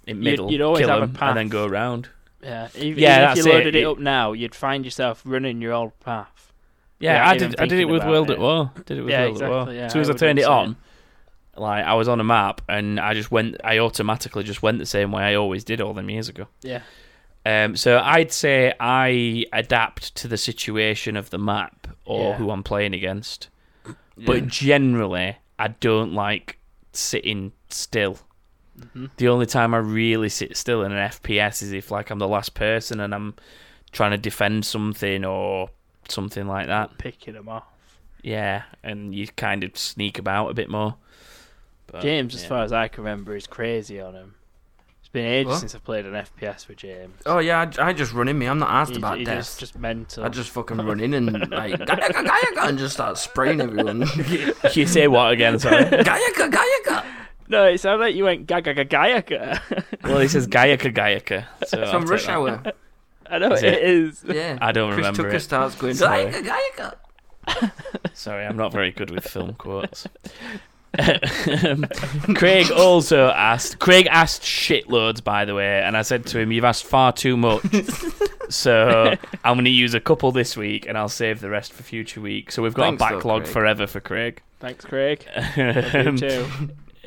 [SPEAKER 1] in middle,
[SPEAKER 2] you'd always
[SPEAKER 1] kill
[SPEAKER 2] have a
[SPEAKER 1] them,
[SPEAKER 2] path.
[SPEAKER 1] and then go around.
[SPEAKER 2] Yeah, e-, even,
[SPEAKER 1] Yeah,
[SPEAKER 2] even if
[SPEAKER 1] that's
[SPEAKER 2] you loaded
[SPEAKER 1] it.
[SPEAKER 2] it,
[SPEAKER 1] It-
[SPEAKER 2] up now, you'd find yourself running your old path.
[SPEAKER 1] Yeah,
[SPEAKER 2] Yeah,
[SPEAKER 1] I
[SPEAKER 2] even
[SPEAKER 1] did. I did it
[SPEAKER 2] thinking
[SPEAKER 1] with
[SPEAKER 2] about
[SPEAKER 1] World
[SPEAKER 2] it.
[SPEAKER 1] at War. Did it with
[SPEAKER 2] Yeah,
[SPEAKER 1] World at War.
[SPEAKER 2] exactly, yeah,
[SPEAKER 1] as soon as
[SPEAKER 2] I
[SPEAKER 1] I
[SPEAKER 2] would
[SPEAKER 1] turned
[SPEAKER 2] do
[SPEAKER 1] it
[SPEAKER 2] the
[SPEAKER 1] on, like I was on a map, and I just went. I automatically just went the same way I always did all them years ago.
[SPEAKER 2] Yeah,
[SPEAKER 1] Um, so I'd say I adapt to the situation of the map or
[SPEAKER 2] Yeah.
[SPEAKER 1] who I'm playing against.
[SPEAKER 3] Yeah.
[SPEAKER 1] But generally, I don't like sitting still.
[SPEAKER 2] Mm-hmm.
[SPEAKER 1] The only time I really sit still in an FPS is if like I'm the last person and I'm trying to defend something or something like that.
[SPEAKER 2] picking them off.
[SPEAKER 1] Yeah, and you kind of sneak about a bit more. But,
[SPEAKER 2] James,
[SPEAKER 1] Uh,
[SPEAKER 2] as
[SPEAKER 1] yeah.
[SPEAKER 2] far as I can remember, is crazy on him. It's been ages
[SPEAKER 3] What?
[SPEAKER 2] since I played an FPS with James.
[SPEAKER 3] Oh yeah, I, I just run in me. I'm not asked
[SPEAKER 2] He's-
[SPEAKER 3] about
[SPEAKER 2] he's
[SPEAKER 3] death.
[SPEAKER 2] just, just mental.
[SPEAKER 3] I just fucking run in and like gayaka gayaka and just start spraying everyone. gayaka
[SPEAKER 1] you say what again? Sorry.
[SPEAKER 3] gayaka.
[SPEAKER 2] No, it sounded like you went gaga gaga gaga.
[SPEAKER 1] well, he says Gaiaka Gaiaka. So I'll
[SPEAKER 3] From
[SPEAKER 1] take
[SPEAKER 3] Rush
[SPEAKER 1] that.
[SPEAKER 3] Hour.
[SPEAKER 2] I know
[SPEAKER 1] Is
[SPEAKER 2] it is.
[SPEAKER 3] Yeah.
[SPEAKER 1] I don't
[SPEAKER 3] Chris
[SPEAKER 1] remember
[SPEAKER 3] Tucker
[SPEAKER 1] it.
[SPEAKER 3] starts going
[SPEAKER 1] Sorry.
[SPEAKER 3] gayaka gayaka.
[SPEAKER 1] Sorry, I'm not very good with film quotes. Um, Craig also asked. Craig asked shitloads, by the way, and I said to him, "You've asked far too much." so I'm going to use a couple this week, and I'll save the rest for future week. So we've got
[SPEAKER 3] Thanks,
[SPEAKER 1] a
[SPEAKER 3] though,
[SPEAKER 1] backlog
[SPEAKER 3] Craig.
[SPEAKER 1] forever for Craig.
[SPEAKER 2] Thanks, Craig. I do
[SPEAKER 1] Um,
[SPEAKER 2] too.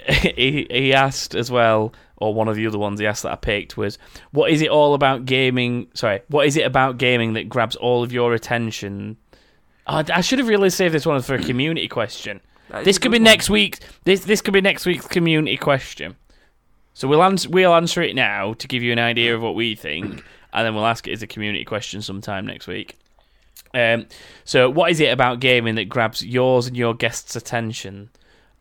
[SPEAKER 1] he he asked as well, or one of the other ones he asked that I picked was, "What is it all about gaming? Sorry, what is it about gaming that grabs all of your attention?" Oh, I should have really saved this one for a community question.
[SPEAKER 3] That is
[SPEAKER 1] This
[SPEAKER 3] a
[SPEAKER 1] could
[SPEAKER 3] good
[SPEAKER 1] be
[SPEAKER 3] one.
[SPEAKER 1] next week. This this could be next week's community question. So we'll answer we'll answer it now to give you an idea of what we think, and then we'll ask it as a community question sometime next week. Um, so what is it about gaming that grabs yours and your guests' attention?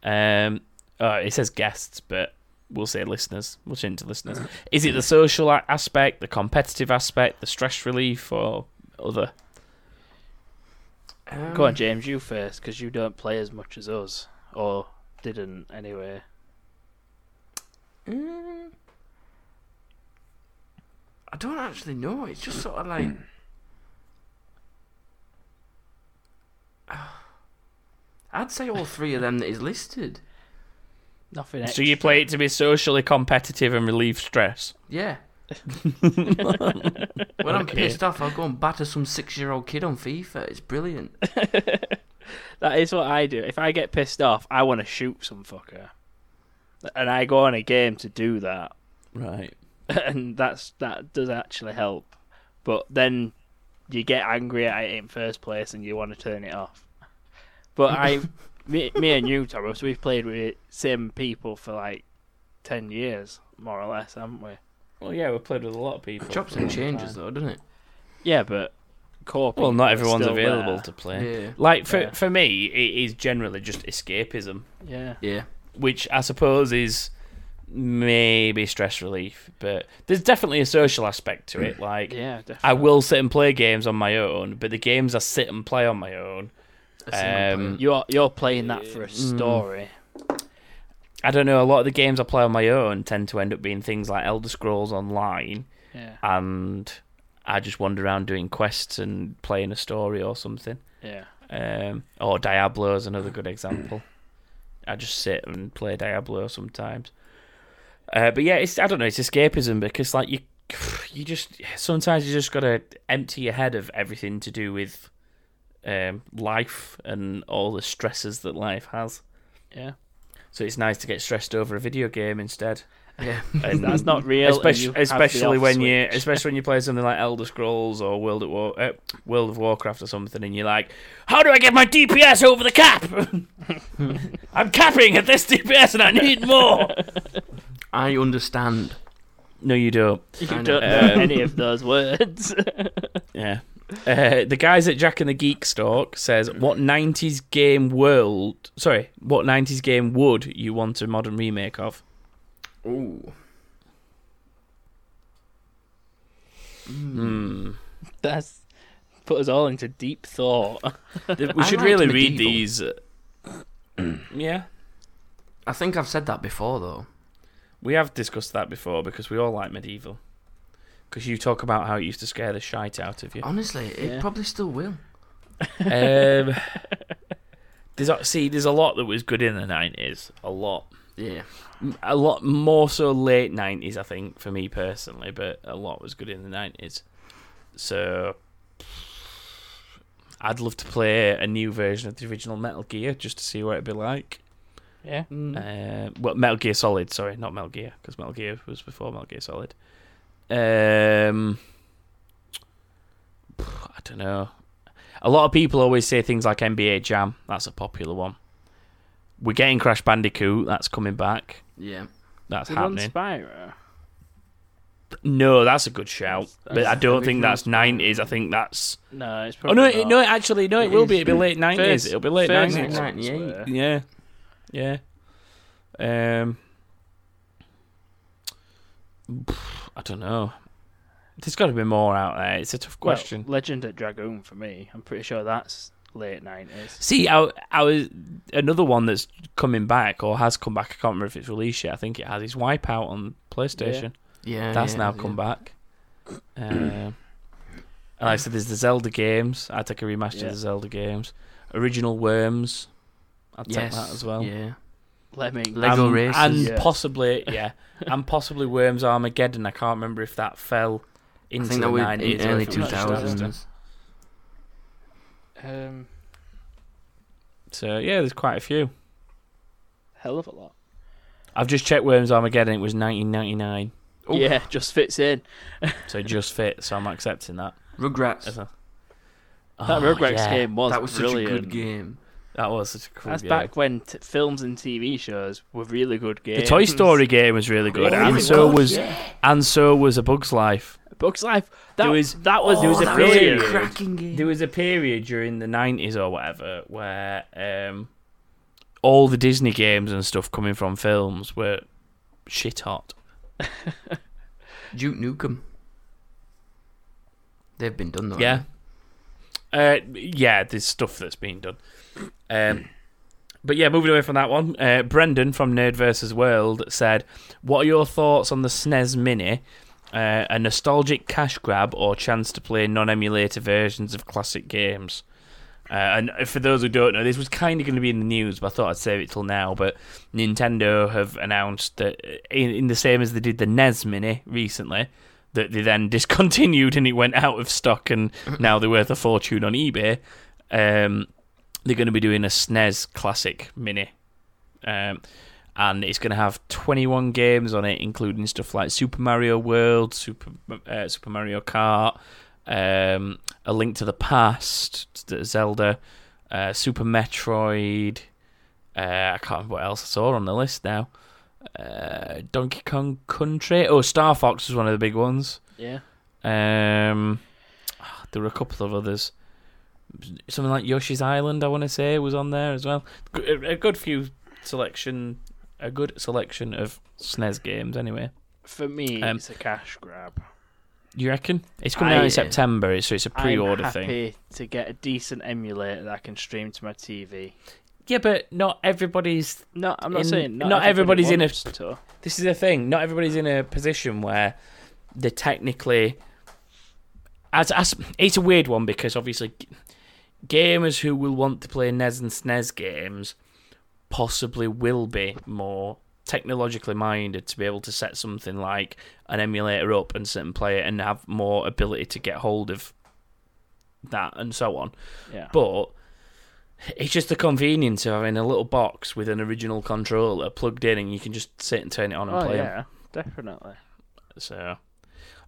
[SPEAKER 1] Um, oh, it says guests, but we'll say listeners. We'll change to listeners. Is it the social a- aspect, the competitive aspect, the stress relief, or other?
[SPEAKER 3] Um,
[SPEAKER 2] Go on, James, you first, because you don't play as much as us, or didn't anyway.
[SPEAKER 3] I don't actually know. It's just sort of like.
[SPEAKER 1] Hmm.
[SPEAKER 3] I'd say all three of them that is listed.
[SPEAKER 2] Nothing.
[SPEAKER 1] So
[SPEAKER 2] Extra.
[SPEAKER 1] you play it to be socially competitive and relieve stress.
[SPEAKER 3] Yeah. when I'm
[SPEAKER 1] Okay.
[SPEAKER 3] pissed off, I'll go and batter some six-year-old kid on FIFA. It's brilliant.
[SPEAKER 2] That is what I do. If I get pissed off, I want to shoot some fucker, and I go on a game to do that.
[SPEAKER 1] Right.
[SPEAKER 2] and that's that does actually help. But then you get angry at it in first place, and you want to turn it off. But I, me, me and you, Thomas, we've played with same people for like ten years, more or less, haven't we?
[SPEAKER 1] Well, yeah, we've played with a lot of people.
[SPEAKER 3] Chops and changes though, doesn't it?
[SPEAKER 2] Yeah, but corp.
[SPEAKER 1] Well, not everyone's available to play.
[SPEAKER 3] Yeah.
[SPEAKER 1] Like for
[SPEAKER 2] Yeah.
[SPEAKER 1] for me, it is generally just escapism,
[SPEAKER 2] Yeah,
[SPEAKER 3] Yeah.
[SPEAKER 1] which I suppose is maybe stress relief, but there's definitely a social aspect to it. Like
[SPEAKER 2] yeah, definitely.
[SPEAKER 1] I will sit and play games on my own, but the games I sit and play on my own, Um,
[SPEAKER 2] You're you're playing that for a story.
[SPEAKER 1] I don't know. A lot of the games I play on my own tend to end up being things like Elder Scrolls Online,
[SPEAKER 2] Yeah,
[SPEAKER 1] and I just wander around doing quests and playing a story or something.
[SPEAKER 2] yeah.
[SPEAKER 1] Um, or Diablo is another good example. I just sit and play Diablo sometimes. Uh, but yeah, it's I don't know, it's escapism because like you, you just sometimes you just gotta empty your head of everything to do with um, life and all the stresses that life has.
[SPEAKER 2] Yeah.
[SPEAKER 1] So it's nice to get stressed over a video game instead.
[SPEAKER 3] Yeah.
[SPEAKER 1] And
[SPEAKER 2] That's not real. and you
[SPEAKER 1] especially
[SPEAKER 2] have the
[SPEAKER 1] especially
[SPEAKER 2] off
[SPEAKER 1] when you
[SPEAKER 2] switch.
[SPEAKER 1] especially when you play something like Elder Scrolls or World of War uh, World of Warcraft or something, and you're like, how do I get my DPS over the cap? I'm capping at this DPS, and I need more.
[SPEAKER 3] I understand.
[SPEAKER 1] no, you don't.
[SPEAKER 2] you
[SPEAKER 3] I know.
[SPEAKER 2] don't know
[SPEAKER 1] Um,
[SPEAKER 2] any of those words.
[SPEAKER 1] Yeah. Uh, the guys at Jack and the Geek Stalk says, "What '90s game world? Sorry, what '90s game would you want a modern remake of?"
[SPEAKER 3] Ooh.
[SPEAKER 1] Hmm.
[SPEAKER 2] That's put us all into deep thought.
[SPEAKER 1] Th-
[SPEAKER 3] I
[SPEAKER 1] We should
[SPEAKER 3] liked
[SPEAKER 1] really read
[SPEAKER 3] Medieval.
[SPEAKER 1] these. yeah,
[SPEAKER 3] I think I've said that before though.
[SPEAKER 1] we have discussed that before because we all like medieval. Because you talk about how it used to scare the shite out of you.
[SPEAKER 3] Honestly, it
[SPEAKER 2] Yeah.
[SPEAKER 3] probably still will.
[SPEAKER 1] um, there's a, see, there's a lot that was good in the nineties. A lot,
[SPEAKER 3] Yeah.
[SPEAKER 1] a lot more so late nineties, I think, for me personally. But a lot was good in the nineties. So, I'd love to play a new version of the original Metal Gear just to see what it'd be like.
[SPEAKER 2] yeah.
[SPEAKER 3] Mm.
[SPEAKER 1] Uh, well, Metal Gear Solid. Sorry, not Metal Gear, because Metal Gear was before Metal Gear Solid. Um, I don't know. A lot of people always say things like NBA Jam. That's a popular one. We're getting Crash Bandicoot. That's coming back.
[SPEAKER 3] yeah.
[SPEAKER 1] That's
[SPEAKER 2] Would one
[SPEAKER 1] happening.
[SPEAKER 2] Spyro?
[SPEAKER 1] No, that's a good shout, but I
[SPEAKER 3] That's
[SPEAKER 1] don't
[SPEAKER 3] the
[SPEAKER 1] think
[SPEAKER 3] original
[SPEAKER 1] that's
[SPEAKER 3] Spyro.
[SPEAKER 1] nineties. I think that's.
[SPEAKER 2] No, it's
[SPEAKER 1] Oh
[SPEAKER 2] probably
[SPEAKER 1] no! It,
[SPEAKER 2] not.
[SPEAKER 1] no, actually, no. It,
[SPEAKER 3] It
[SPEAKER 1] will
[SPEAKER 3] is.
[SPEAKER 1] be. It'll be late nineties.
[SPEAKER 2] First-
[SPEAKER 1] It'll be late
[SPEAKER 2] first
[SPEAKER 1] nineties.
[SPEAKER 2] one was
[SPEAKER 3] 98.
[SPEAKER 2] where-
[SPEAKER 1] Yeah, yeah. Um, I don't know. There's got to be more out there. It's a tough
[SPEAKER 2] Well,
[SPEAKER 1] question.
[SPEAKER 2] Legend at Dragoon for me. I'm pretty sure that's late nineties.
[SPEAKER 1] See, I, I was another one that's coming back or has come back. I can't remember if it's released yet. I think it has. Is Wipeout on PlayStation?
[SPEAKER 3] Yeah.
[SPEAKER 1] That's
[SPEAKER 3] yeah,
[SPEAKER 1] now
[SPEAKER 3] yeah.
[SPEAKER 1] come back. Um, and like I said, there's the Zelda games. I would take a remaster
[SPEAKER 2] Yeah.
[SPEAKER 1] of the Zelda games. Original Worms. I'd
[SPEAKER 3] Yes.
[SPEAKER 1] take that as well.
[SPEAKER 3] Yeah.
[SPEAKER 2] Lemming.
[SPEAKER 3] Le- Lego
[SPEAKER 1] and,
[SPEAKER 3] races.
[SPEAKER 1] Um, and
[SPEAKER 2] Yeah.
[SPEAKER 1] possibly yeah, and possibly Worms Armageddon. I can't remember if that fell
[SPEAKER 3] I
[SPEAKER 1] into
[SPEAKER 3] think
[SPEAKER 1] the
[SPEAKER 3] that was in
[SPEAKER 1] 90s or
[SPEAKER 3] early
[SPEAKER 1] if it was
[SPEAKER 3] two
[SPEAKER 1] just after.
[SPEAKER 3] thousands.
[SPEAKER 2] um,
[SPEAKER 1] So yeah, there's quite a few.
[SPEAKER 2] hell of a lot.
[SPEAKER 1] I've just checked Worms Armageddon. It was 1999,
[SPEAKER 3] Oof.
[SPEAKER 2] Yeah, just fits in.
[SPEAKER 1] so it just fit. So I'm accepting that.
[SPEAKER 3] Rugrats.
[SPEAKER 1] As a-
[SPEAKER 2] That
[SPEAKER 1] Oh,
[SPEAKER 2] Rugrats
[SPEAKER 1] yeah.
[SPEAKER 2] game was,
[SPEAKER 3] That was such
[SPEAKER 2] brilliant.
[SPEAKER 3] a good game.
[SPEAKER 1] That was such a cool
[SPEAKER 2] That's
[SPEAKER 1] game.
[SPEAKER 2] back when t- films and TV shows were really good games.
[SPEAKER 1] The Toy Story game was really good,
[SPEAKER 2] Oh,
[SPEAKER 1] and
[SPEAKER 2] really
[SPEAKER 1] so
[SPEAKER 2] good,
[SPEAKER 1] was and so was A Bug's Life.
[SPEAKER 2] Bug's Life. That
[SPEAKER 1] There
[SPEAKER 2] was
[SPEAKER 1] was-
[SPEAKER 2] that was
[SPEAKER 1] there
[SPEAKER 3] Oh,
[SPEAKER 1] was a
[SPEAKER 2] that
[SPEAKER 1] period.
[SPEAKER 2] really good.
[SPEAKER 3] cracking game.
[SPEAKER 1] There was a period during the nineties or whatever where um, all the Disney games and stuff coming from films were shit hot.
[SPEAKER 3] Duke Nukem. They've been done though.
[SPEAKER 1] Yeah. Uh, yeah, there's stuff that's being done. Um, but yeah, moving away from that one, uh, Brendan from Nerd vs. World said, What are your thoughts on the SNES Mini? Uh, a nostalgic cash grab or chance to play non emulator versions of classic games? Uh, and for those who don't know, this was kind of going to be in the news, but I thought I'd save it till now. But Nintendo have announced that, uh, in, in the same as they did the NES Mini recently, that they then discontinued and it went out of stock, and now they're worth a fortune on eBay. Um, they're going to be doing a SNES Classic Mini, um, and it's going to have 21 games on it, including stuff like Super Mario World, Super uh, Super Mario Kart, um, A Link to the Past, the Zelda, uh, Super Metroid. Uh, I can't remember what else I saw on the list now. Uh, Donkey Kong Country. Oh, Star Fox was one of the big ones.
[SPEAKER 2] Yeah.
[SPEAKER 1] Um, there were a couple of others. Something like Yoshi's Island, I want to say, was on there as well. G- A a good few selection, a good selection of SNES games. Anyway,
[SPEAKER 2] For me,
[SPEAKER 1] Um,
[SPEAKER 2] it's a cash grab.
[SPEAKER 1] you reckon it's coming out
[SPEAKER 3] I-
[SPEAKER 1] in September, so it's a pre-order
[SPEAKER 2] I'm
[SPEAKER 1] thing.
[SPEAKER 2] happy to get a decent emulator that I can stream to my TV.
[SPEAKER 1] Yeah, but not everybody's.
[SPEAKER 2] No, I'm not
[SPEAKER 1] In-
[SPEAKER 2] saying not,
[SPEAKER 1] not
[SPEAKER 2] everybody
[SPEAKER 1] everybody's in a-
[SPEAKER 2] wants to.
[SPEAKER 1] This is the thing. Not everybody's in a position where they're technically. As, as it's a weird one because obviously, g- gamers who will want to play NES and SNES games possibly will be more technologically minded to be able to set something like an emulator up and sit and play it and have more ability to get hold of that and so on.
[SPEAKER 2] Yeah.
[SPEAKER 1] But it's just the convenience of having a little box with an original controller plugged in and you can just sit and turn it on and
[SPEAKER 2] oh
[SPEAKER 1] play 'em.
[SPEAKER 2] yeah, definitely.
[SPEAKER 1] So,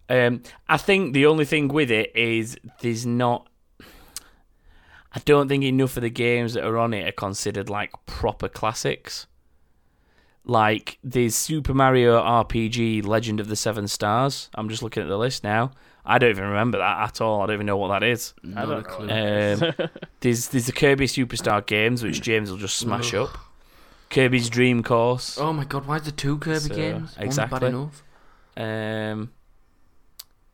[SPEAKER 1] um, I think the only thing with it is there's not. I don't think enough of the games that are on it are considered like proper classics. Like there's Super Mario RPG Legend of the Seven Stars. I'm just looking at the list now. I don't even remember that at all. I don't even know what that is.
[SPEAKER 3] Not
[SPEAKER 2] don't
[SPEAKER 3] a
[SPEAKER 2] know.
[SPEAKER 3] clue.
[SPEAKER 1] Um, there's there's the Kirby Superstar games, which James will just smash up. Kirby's Dream Course.
[SPEAKER 3] oh my god, why is there two Kirby
[SPEAKER 1] So,
[SPEAKER 3] games? One's bad
[SPEAKER 1] exactly.
[SPEAKER 3] enough.
[SPEAKER 1] Um,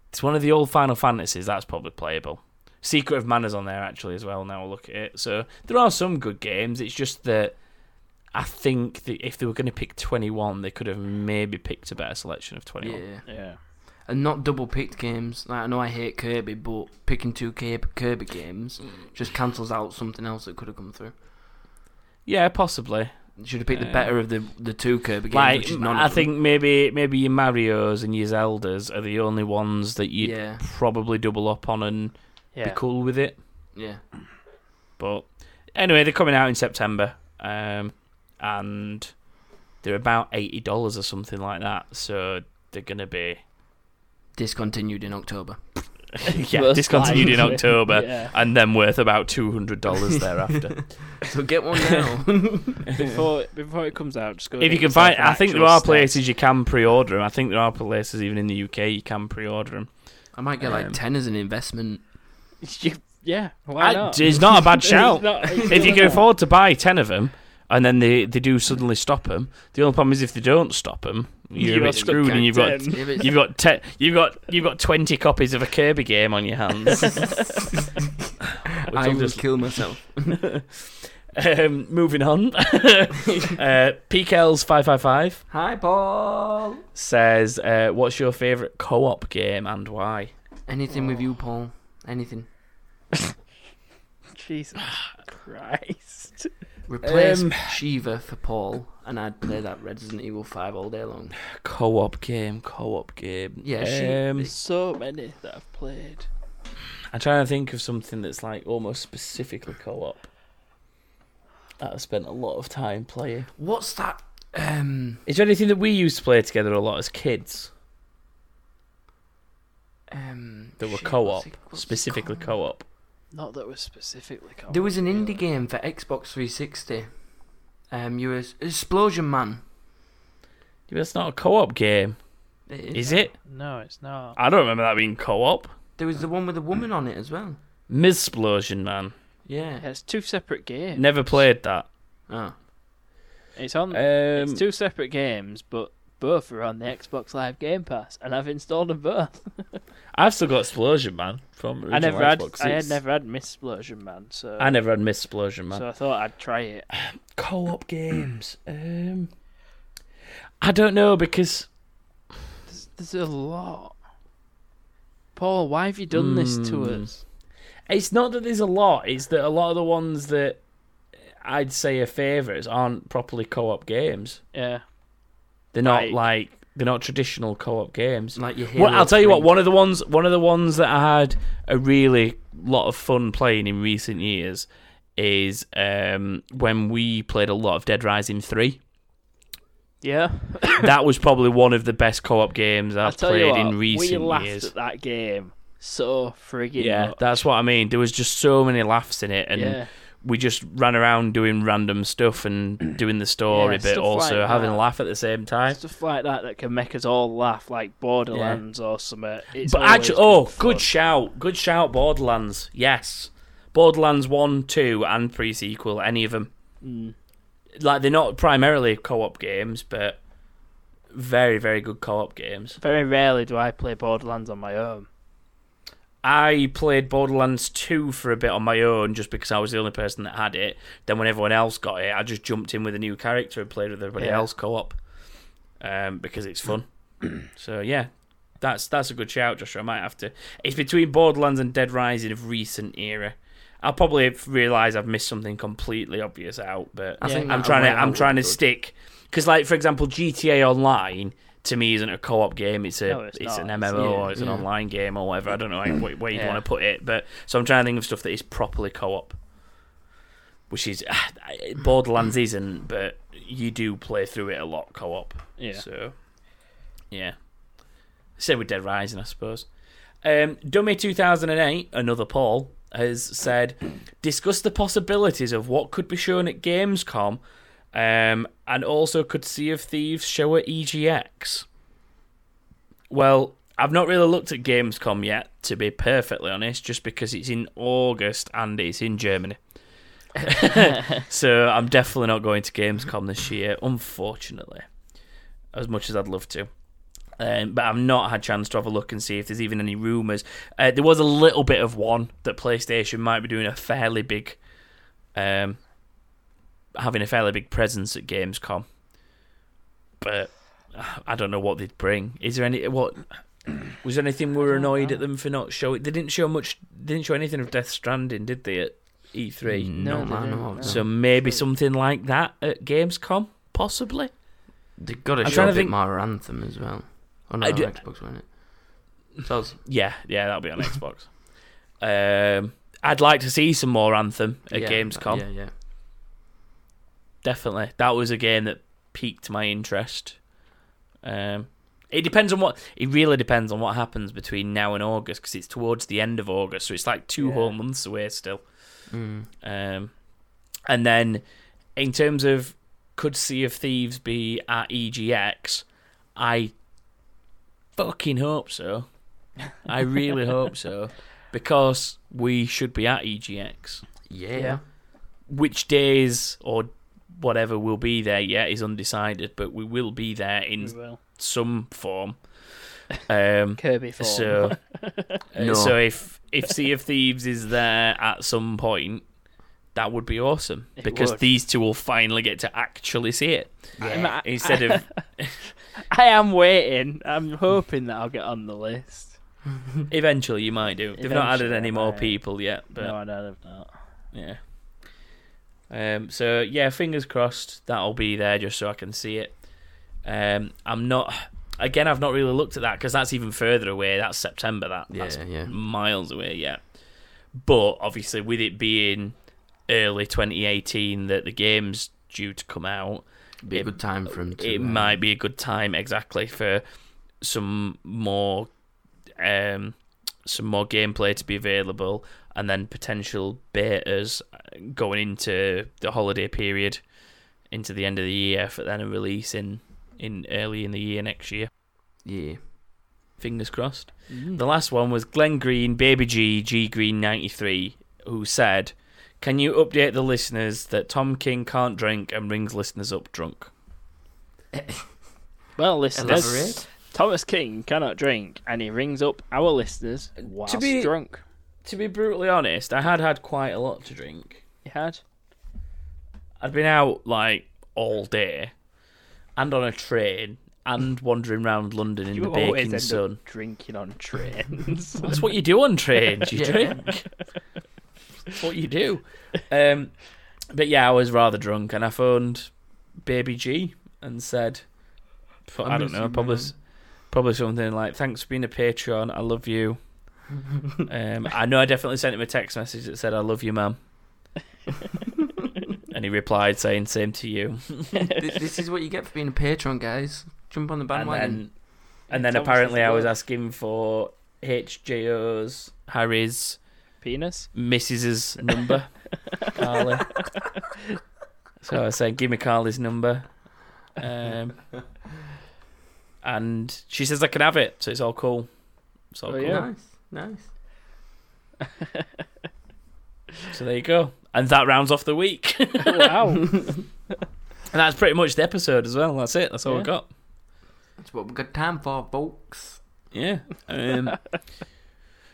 [SPEAKER 1] it's one of the old Final Fantasies. That's probably playable. Secret of Mana's on there actually as well. Now I look at it. So there are some good games. It's just that I think that if they were going to pick 21, they could have maybe picked a better selection of 21.
[SPEAKER 3] Yeah.
[SPEAKER 2] Yeah.
[SPEAKER 3] And not double picked games. Like, I know I hate Kirby, but picking two Kirby, Kirby games just cancels out something else that could have come through.
[SPEAKER 1] Yeah, possibly.
[SPEAKER 3] Should have picked the
[SPEAKER 1] Uh,
[SPEAKER 3] better of the the two Kirby games.
[SPEAKER 1] Like
[SPEAKER 3] which is none
[SPEAKER 1] I
[SPEAKER 3] of them.
[SPEAKER 1] think maybe maybe your Mario's and your Zeldas are the only ones that you'd
[SPEAKER 3] Yeah,
[SPEAKER 1] probably double up on and be
[SPEAKER 2] Yeah.
[SPEAKER 1] cool with it.
[SPEAKER 3] yeah.
[SPEAKER 1] But anyway, they're coming out in September, um, and they're about eighty dollars or something like that. So they're gonna be
[SPEAKER 3] Discontinued in October.
[SPEAKER 1] yeah
[SPEAKER 2] Most
[SPEAKER 1] discontinued in
[SPEAKER 2] likely.
[SPEAKER 1] October,
[SPEAKER 2] Yeah.
[SPEAKER 1] and then worth about two hundred dollars thereafter.
[SPEAKER 3] So get one now.
[SPEAKER 2] Before before it comes out, just go.
[SPEAKER 1] if you
[SPEAKER 2] get
[SPEAKER 1] can
[SPEAKER 2] yourself
[SPEAKER 1] find,
[SPEAKER 2] an
[SPEAKER 1] I think
[SPEAKER 2] actual
[SPEAKER 1] there are
[SPEAKER 2] steak.
[SPEAKER 1] places you can pre-order them. I think there are places even in the UK you can pre-order them.
[SPEAKER 3] I might get like
[SPEAKER 1] Um,
[SPEAKER 3] ten as an investment.
[SPEAKER 2] You- yeah. Why
[SPEAKER 1] I-
[SPEAKER 2] not?
[SPEAKER 1] It's not a bad shout. if
[SPEAKER 2] if
[SPEAKER 1] you can afford to buy 10 of them and then they, they do suddenly stop them the only problem is if they don't stop them you're
[SPEAKER 2] You're
[SPEAKER 1] a bit
[SPEAKER 2] stuck
[SPEAKER 1] screwed
[SPEAKER 2] at
[SPEAKER 1] and you've got
[SPEAKER 2] 10.
[SPEAKER 3] Yeah, but-
[SPEAKER 1] you've got te- you've got you've got 20 copies of a kirby game on your hands Which
[SPEAKER 3] I
[SPEAKER 1] will
[SPEAKER 3] will
[SPEAKER 1] just-
[SPEAKER 3] kill myself.
[SPEAKER 1] um, moving on uh, pkls 555
[SPEAKER 3] Hi, Paul.
[SPEAKER 1] says uh, what's your favorite co-op game and why
[SPEAKER 3] Anything with you, Paul? Anything?
[SPEAKER 2] Jesus Christ.
[SPEAKER 3] Replace
[SPEAKER 1] Um,
[SPEAKER 3] Shiva for Paul, and I'd play that Resident Evil Five all day long.
[SPEAKER 1] co-op game co-op game
[SPEAKER 3] Yeah, she-
[SPEAKER 1] um,
[SPEAKER 2] so many that I've played.
[SPEAKER 1] I'm trying to think of something that's like almost specifically co-op. That I've spent a lot of time playing.
[SPEAKER 3] What's that? Um,
[SPEAKER 1] Is there anything that we used to play together a lot as kids
[SPEAKER 3] um,
[SPEAKER 1] that were
[SPEAKER 3] shit,
[SPEAKER 1] co-op,
[SPEAKER 3] what's it- what's it
[SPEAKER 1] specifically
[SPEAKER 3] called?
[SPEAKER 1] co-op?
[SPEAKER 2] Not that was specifically. Called.
[SPEAKER 3] There was an indie game for Xbox 360. Um, you was Explosion Man.
[SPEAKER 1] Yeah, but It's not a co-op game,
[SPEAKER 3] It
[SPEAKER 1] is it?
[SPEAKER 2] No, it's not.
[SPEAKER 1] I don't remember that being co-op.
[SPEAKER 3] There was the one with the woman on it as well.
[SPEAKER 1] Misplosion, man.
[SPEAKER 2] Yeah,
[SPEAKER 3] Yeah.
[SPEAKER 2] it's two separate games.
[SPEAKER 1] Never played that.
[SPEAKER 3] Oh.
[SPEAKER 2] It's
[SPEAKER 1] Um,
[SPEAKER 2] on. it's two separate games, but both are on the Xbox Live Game Pass, and I've installed them both.
[SPEAKER 1] I've still got Explosion, man. From
[SPEAKER 2] I never
[SPEAKER 1] original
[SPEAKER 2] had.
[SPEAKER 1] Xbox.
[SPEAKER 2] I had
[SPEAKER 1] It's-
[SPEAKER 2] never had Misplosion Man, so
[SPEAKER 1] I never had Misplosion, man.
[SPEAKER 2] so I thought I'd try it.
[SPEAKER 1] Co-op games. Um, I don't know because
[SPEAKER 2] There's, there's a lot. Paul, why have you done this to
[SPEAKER 1] Mm.
[SPEAKER 2] us?
[SPEAKER 1] It's not that there's a lot. It's that a lot of the ones that I'd say are favourites aren't properly co-op games.
[SPEAKER 2] Yeah.
[SPEAKER 1] They're not
[SPEAKER 2] Right.
[SPEAKER 1] like they're not traditional co-op games.
[SPEAKER 3] Like your Halo
[SPEAKER 1] Well, I'll tell you what.
[SPEAKER 3] 3.
[SPEAKER 1] One of the ones, one of the ones that I had a really lot of fun playing in recent years is um, when we played a lot of Dead Rising three.
[SPEAKER 2] Yeah.
[SPEAKER 1] that was probably one of the best co-op games
[SPEAKER 2] I
[SPEAKER 1] I've
[SPEAKER 2] tell you
[SPEAKER 1] played
[SPEAKER 2] what,
[SPEAKER 1] in recent
[SPEAKER 2] we laughed
[SPEAKER 1] years.
[SPEAKER 2] at that game so friggin'
[SPEAKER 1] yeah,
[SPEAKER 2] much.
[SPEAKER 1] that's what I mean. There was just so many laughs in it, and
[SPEAKER 2] yeah.
[SPEAKER 1] we just ran around doing random stuff and doing the story
[SPEAKER 2] Yeah,
[SPEAKER 1] but
[SPEAKER 2] stuff
[SPEAKER 1] also
[SPEAKER 2] like
[SPEAKER 1] having a
[SPEAKER 2] that.
[SPEAKER 1] laugh at the same time.
[SPEAKER 2] Stuff like that that can make us all laugh, like Borderlands or something. It's
[SPEAKER 1] but
[SPEAKER 2] always
[SPEAKER 1] actually, oh,
[SPEAKER 2] been
[SPEAKER 1] good
[SPEAKER 2] fun.
[SPEAKER 1] shout, good shout, Borderlands. Yes, Borderlands one, two, and pre sequel, any of them.
[SPEAKER 2] Mm.
[SPEAKER 1] Like they're not primarily co op games, but very, very good co op games.
[SPEAKER 2] Very rarely do I play Borderlands on my own.
[SPEAKER 1] I played Borderlands 2 for a bit on my own just because I was the only person that had it. Then when everyone else got it, I just jumped in with a new character and played with everybody
[SPEAKER 2] Yeah.
[SPEAKER 1] else co-op um, because it's fun. so yeah, that's that's a good shout, Joshua. I might have to. It's between Borderlands and Dead Rising of recent era. I'll probably realize I've missed something completely obvious out, but
[SPEAKER 3] I think
[SPEAKER 1] I'm
[SPEAKER 3] that
[SPEAKER 1] trying to
[SPEAKER 3] went out
[SPEAKER 1] I'm trying to
[SPEAKER 3] good.
[SPEAKER 1] stick because like for example GTA Online to me isn't a co-op game. It's a
[SPEAKER 2] No,
[SPEAKER 1] it's,
[SPEAKER 2] it's
[SPEAKER 1] an
[SPEAKER 2] not.
[SPEAKER 1] MMO
[SPEAKER 3] Yeah,
[SPEAKER 1] or it's an
[SPEAKER 3] yeah.
[SPEAKER 1] online game or whatever. I don't know where, where you
[SPEAKER 2] Yeah.
[SPEAKER 1] want to put it, but so I'm trying to think of stuff that is properly co-op, which is Borderlands isn't, but you do play through it a lot co-op.
[SPEAKER 2] Yeah.
[SPEAKER 1] So yeah, same with Dead Rising, I suppose. Um, Dummy 2008, another Paul, has said, discuss the possibilities of what could be shown at Gamescom um, and also could Sea of Thieves show at EGX? E Well, I've not really looked at Gamescom yet, to be perfectly honest, just because it's in August and it's in Germany. so I'm definitely not going to Gamescom this year, unfortunately, as much as I'd love to. Um, but I've not had a chance to have a look and see if there's even any rumours. Uh, there was a little bit of one that PlayStation might be doing a fairly big, um, having a fairly big presence at Gamescom. But uh, I don't know what they'd bring. Is there any what? Was there anything we were annoyed at them for not showing? They didn't show much. They didn't show anything of Death Stranding, did they? At E3,
[SPEAKER 3] No,
[SPEAKER 2] they
[SPEAKER 3] man,
[SPEAKER 2] didn't,
[SPEAKER 3] no.
[SPEAKER 2] no.
[SPEAKER 1] so maybe something like that at Gamescom, possibly.
[SPEAKER 3] They got to
[SPEAKER 1] I'm
[SPEAKER 3] show
[SPEAKER 1] trying
[SPEAKER 3] a
[SPEAKER 1] to
[SPEAKER 3] bit
[SPEAKER 1] think-
[SPEAKER 3] more Anthem as well. Oh no,
[SPEAKER 1] I
[SPEAKER 3] on
[SPEAKER 1] do-
[SPEAKER 3] Xbox wasn't it? So it's-
[SPEAKER 1] Yeah, yeah, that'll be on Xbox. Um, I'd like to see some more Anthem at
[SPEAKER 3] yeah,
[SPEAKER 1] Gamescom.
[SPEAKER 3] Yeah, yeah.
[SPEAKER 1] Definitely, that was a game that piqued my interest. Um, it depends on what. It really depends on what happens between now and August because it's towards the end of August, so it's like two
[SPEAKER 2] Yeah.
[SPEAKER 1] whole months away still.
[SPEAKER 3] Mm.
[SPEAKER 1] Um, and then, in terms of could Sea of Thieves be at EGX, I fucking hope so. I really hope so because we should be at EGX.
[SPEAKER 3] Yeah.
[SPEAKER 2] Yeah.
[SPEAKER 1] Which days or whatever will be there yet is undecided, but we will be there in
[SPEAKER 2] We will.
[SPEAKER 1] some form. Um,
[SPEAKER 2] Kirby form.
[SPEAKER 1] so, uh,
[SPEAKER 3] No.
[SPEAKER 1] so if if Sea of Thieves is there at some point, that would be awesome
[SPEAKER 2] It
[SPEAKER 1] because
[SPEAKER 2] would.
[SPEAKER 1] these two will finally get to actually see it
[SPEAKER 2] I'm- I,
[SPEAKER 1] instead of
[SPEAKER 2] I am waiting. I'm hoping that I'll get on the list.
[SPEAKER 1] eventually you might do. They've not added
[SPEAKER 2] Eventually,
[SPEAKER 1] any more
[SPEAKER 2] right.
[SPEAKER 1] people yet, but
[SPEAKER 2] no, I don't have that.
[SPEAKER 1] yeah. Um. So yeah, fingers crossed that'll be there just so I can see it. Um. I'm not. Again, I've not really looked at that because that's even further away. That's September. That that's
[SPEAKER 3] Yeah, yeah.
[SPEAKER 1] miles away. Yeah. But obviously, with it being early 2018 that the game's due to come out,
[SPEAKER 3] Be
[SPEAKER 1] It-
[SPEAKER 3] a good time for him to.
[SPEAKER 1] it
[SPEAKER 3] uh,
[SPEAKER 1] might be a good time exactly for some more um some more gameplay to be available and then potential betas going into the holiday period into the end of the year for then a release in in early in the year next year
[SPEAKER 3] Yeah.
[SPEAKER 1] fingers crossed
[SPEAKER 2] Mm.
[SPEAKER 1] the last one was Glenn Green Baby G G Green 93 who said can you update the listeners that Tom King can't drink and rings listeners up drunk
[SPEAKER 2] Well, listeners,
[SPEAKER 3] Elaborate.
[SPEAKER 2] Thomas King cannot drink, and he rings up our listeners whilst
[SPEAKER 1] be-
[SPEAKER 2] drunk.
[SPEAKER 1] to be brutally honest, I had had quite a lot to drink.
[SPEAKER 2] He had.
[SPEAKER 1] I'd been out like all day, and on a train, and wandering around London in
[SPEAKER 2] You
[SPEAKER 1] the
[SPEAKER 2] always
[SPEAKER 1] baking
[SPEAKER 2] end
[SPEAKER 1] sun.
[SPEAKER 2] up drinking on trains.
[SPEAKER 1] That's what you do on trains. You
[SPEAKER 3] Yeah.
[SPEAKER 1] drink. That's what you do. Um, but yeah, I was rather drunk, and I phoned Baby G and said, I,
[SPEAKER 3] I
[SPEAKER 1] don't
[SPEAKER 3] miss
[SPEAKER 1] know,
[SPEAKER 3] you,
[SPEAKER 1] probably,
[SPEAKER 3] man.
[SPEAKER 1] probably something like, "Thanks for being a Patreon. I love you." um, I know I definitely sent him a text message that said, "I love you, ma'am," and he replied saying, "Same to you."
[SPEAKER 3] this, this is what you get for being a patron, guys. Jump on the
[SPEAKER 1] and
[SPEAKER 3] bandwagon.
[SPEAKER 1] then, and then
[SPEAKER 2] Thomas is
[SPEAKER 1] apparently I was
[SPEAKER 2] good.
[SPEAKER 1] asking for HJO's, Harry's,
[SPEAKER 2] Penis.
[SPEAKER 1] Mrs.'s number, Carly. So I said, "Give me Carly's number," um, and she says I can have it, so it's all cool. It's all
[SPEAKER 2] Oh,
[SPEAKER 1] cool.
[SPEAKER 2] yeah.
[SPEAKER 3] Nice, nice.
[SPEAKER 1] So there you go, and that rounds off the week. and
[SPEAKER 2] Oh, wow.
[SPEAKER 1] that's pretty much the episode as well. That's it. That's all
[SPEAKER 2] Yeah.
[SPEAKER 1] I got.
[SPEAKER 3] That's what we've got time for, folks.
[SPEAKER 1] Yeah. Um,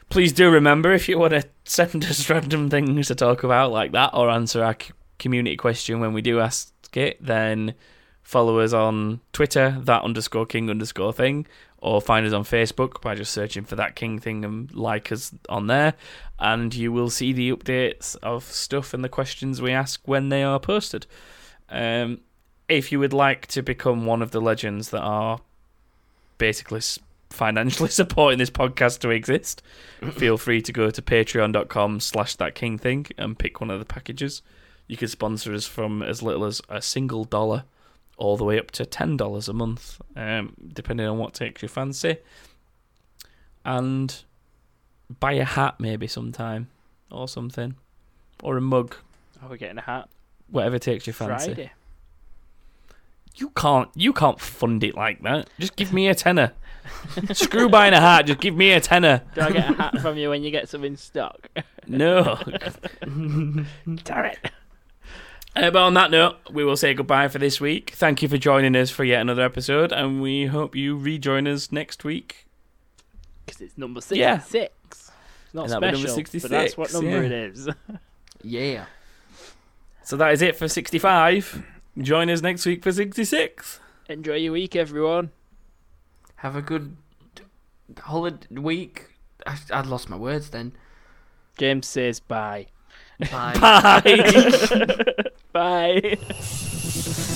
[SPEAKER 1] please do remember if you want to send us random things to talk about like that or answer our c- community question when we do ask it, then follow us on Twitter, that underscore king underscore thing, or find us on Facebook by just searching for that king thing and like us on there. And you will see the updates of stuff and the questions we ask when they are posted. Um, if you would like to become one of the legends that are basically s- financially supporting this podcast to exist, feel free to go to patreon.com slash that king thing and pick one of the packages. You can sponsor us from as little as a single dollar all the way up to ten dollars a month, um, depending on what takes your fancy. And buy a hat maybe sometime or something. Or a mug.
[SPEAKER 2] Are we getting a hat?
[SPEAKER 1] Whatever takes your fancy.
[SPEAKER 2] Friday.
[SPEAKER 1] You can't you can't fund it like that. Just give me a tenner. Screw buying a hat. Just give me a tenner.
[SPEAKER 2] Do I get a hat from you when you get some in stock?
[SPEAKER 1] No.
[SPEAKER 2] Damn it.
[SPEAKER 1] Uh, but on that note, we will say goodbye for this week. Thank you for joining us for yet another episode, and we hope you rejoin us next week.
[SPEAKER 2] Because it's number
[SPEAKER 1] Yeah.
[SPEAKER 2] 66. It's not
[SPEAKER 1] And that'll be
[SPEAKER 2] special,
[SPEAKER 1] number
[SPEAKER 2] but that's what
[SPEAKER 1] 66,
[SPEAKER 2] number
[SPEAKER 1] yeah.
[SPEAKER 2] it is.
[SPEAKER 3] Yeah.
[SPEAKER 1] So that is it for 65. Join us next week for 66.
[SPEAKER 2] Enjoy your week, everyone.
[SPEAKER 3] Have a good holiday week. I, I lost my words then.
[SPEAKER 2] James says bye.
[SPEAKER 3] Bye.
[SPEAKER 1] Bye.
[SPEAKER 2] Bye.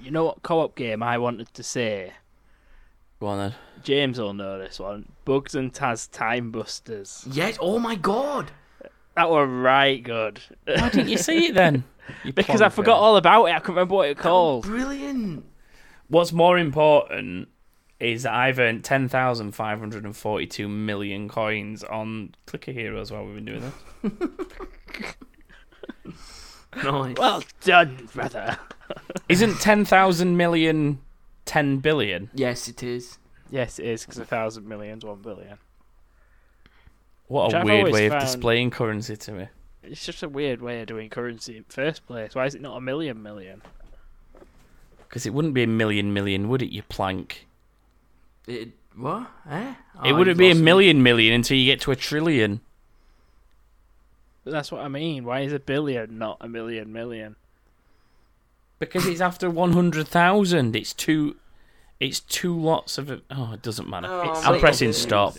[SPEAKER 2] You know what co-op game I wanted to say?
[SPEAKER 1] Go on then.
[SPEAKER 2] James will know this one. Bugs and Taz Time Busters.
[SPEAKER 3] Yes. Oh my god.
[SPEAKER 2] That were right good.
[SPEAKER 1] Why didn't you see it then?
[SPEAKER 2] because I forgot all about it. I couldn't remember what it
[SPEAKER 1] Oh.
[SPEAKER 2] called.
[SPEAKER 3] Brilliant.
[SPEAKER 1] What's more important is that I've earned 10,542 million coins on Clicker Heroes while we've been doing this.
[SPEAKER 3] Nice.
[SPEAKER 2] Well done, brother.
[SPEAKER 1] Isn't 10,000 million 10 billion?
[SPEAKER 3] yes, it is.
[SPEAKER 2] Yes, it is because a thousand million's one billion.
[SPEAKER 1] What
[SPEAKER 2] Which
[SPEAKER 1] a
[SPEAKER 2] I've
[SPEAKER 1] weird
[SPEAKER 2] always
[SPEAKER 1] way of
[SPEAKER 2] found-
[SPEAKER 1] displaying currency to me.
[SPEAKER 2] It's just a weird way of doing currency in first place. Why is it not a million million?
[SPEAKER 1] Because it wouldn't be a million million, would it, you plank?
[SPEAKER 3] It what? Eh?
[SPEAKER 1] it
[SPEAKER 3] Oh,
[SPEAKER 1] wouldn't
[SPEAKER 3] you've
[SPEAKER 1] be a
[SPEAKER 3] lost me.
[SPEAKER 1] million million until you get to a trillion.
[SPEAKER 2] But that's what I mean. Why is a billion not a million million?
[SPEAKER 1] Because it's after 100,000. It's two. It's two lots of. a- Oh, it doesn't matter.
[SPEAKER 3] Oh,
[SPEAKER 1] I'm
[SPEAKER 3] wait.
[SPEAKER 1] pressing stop.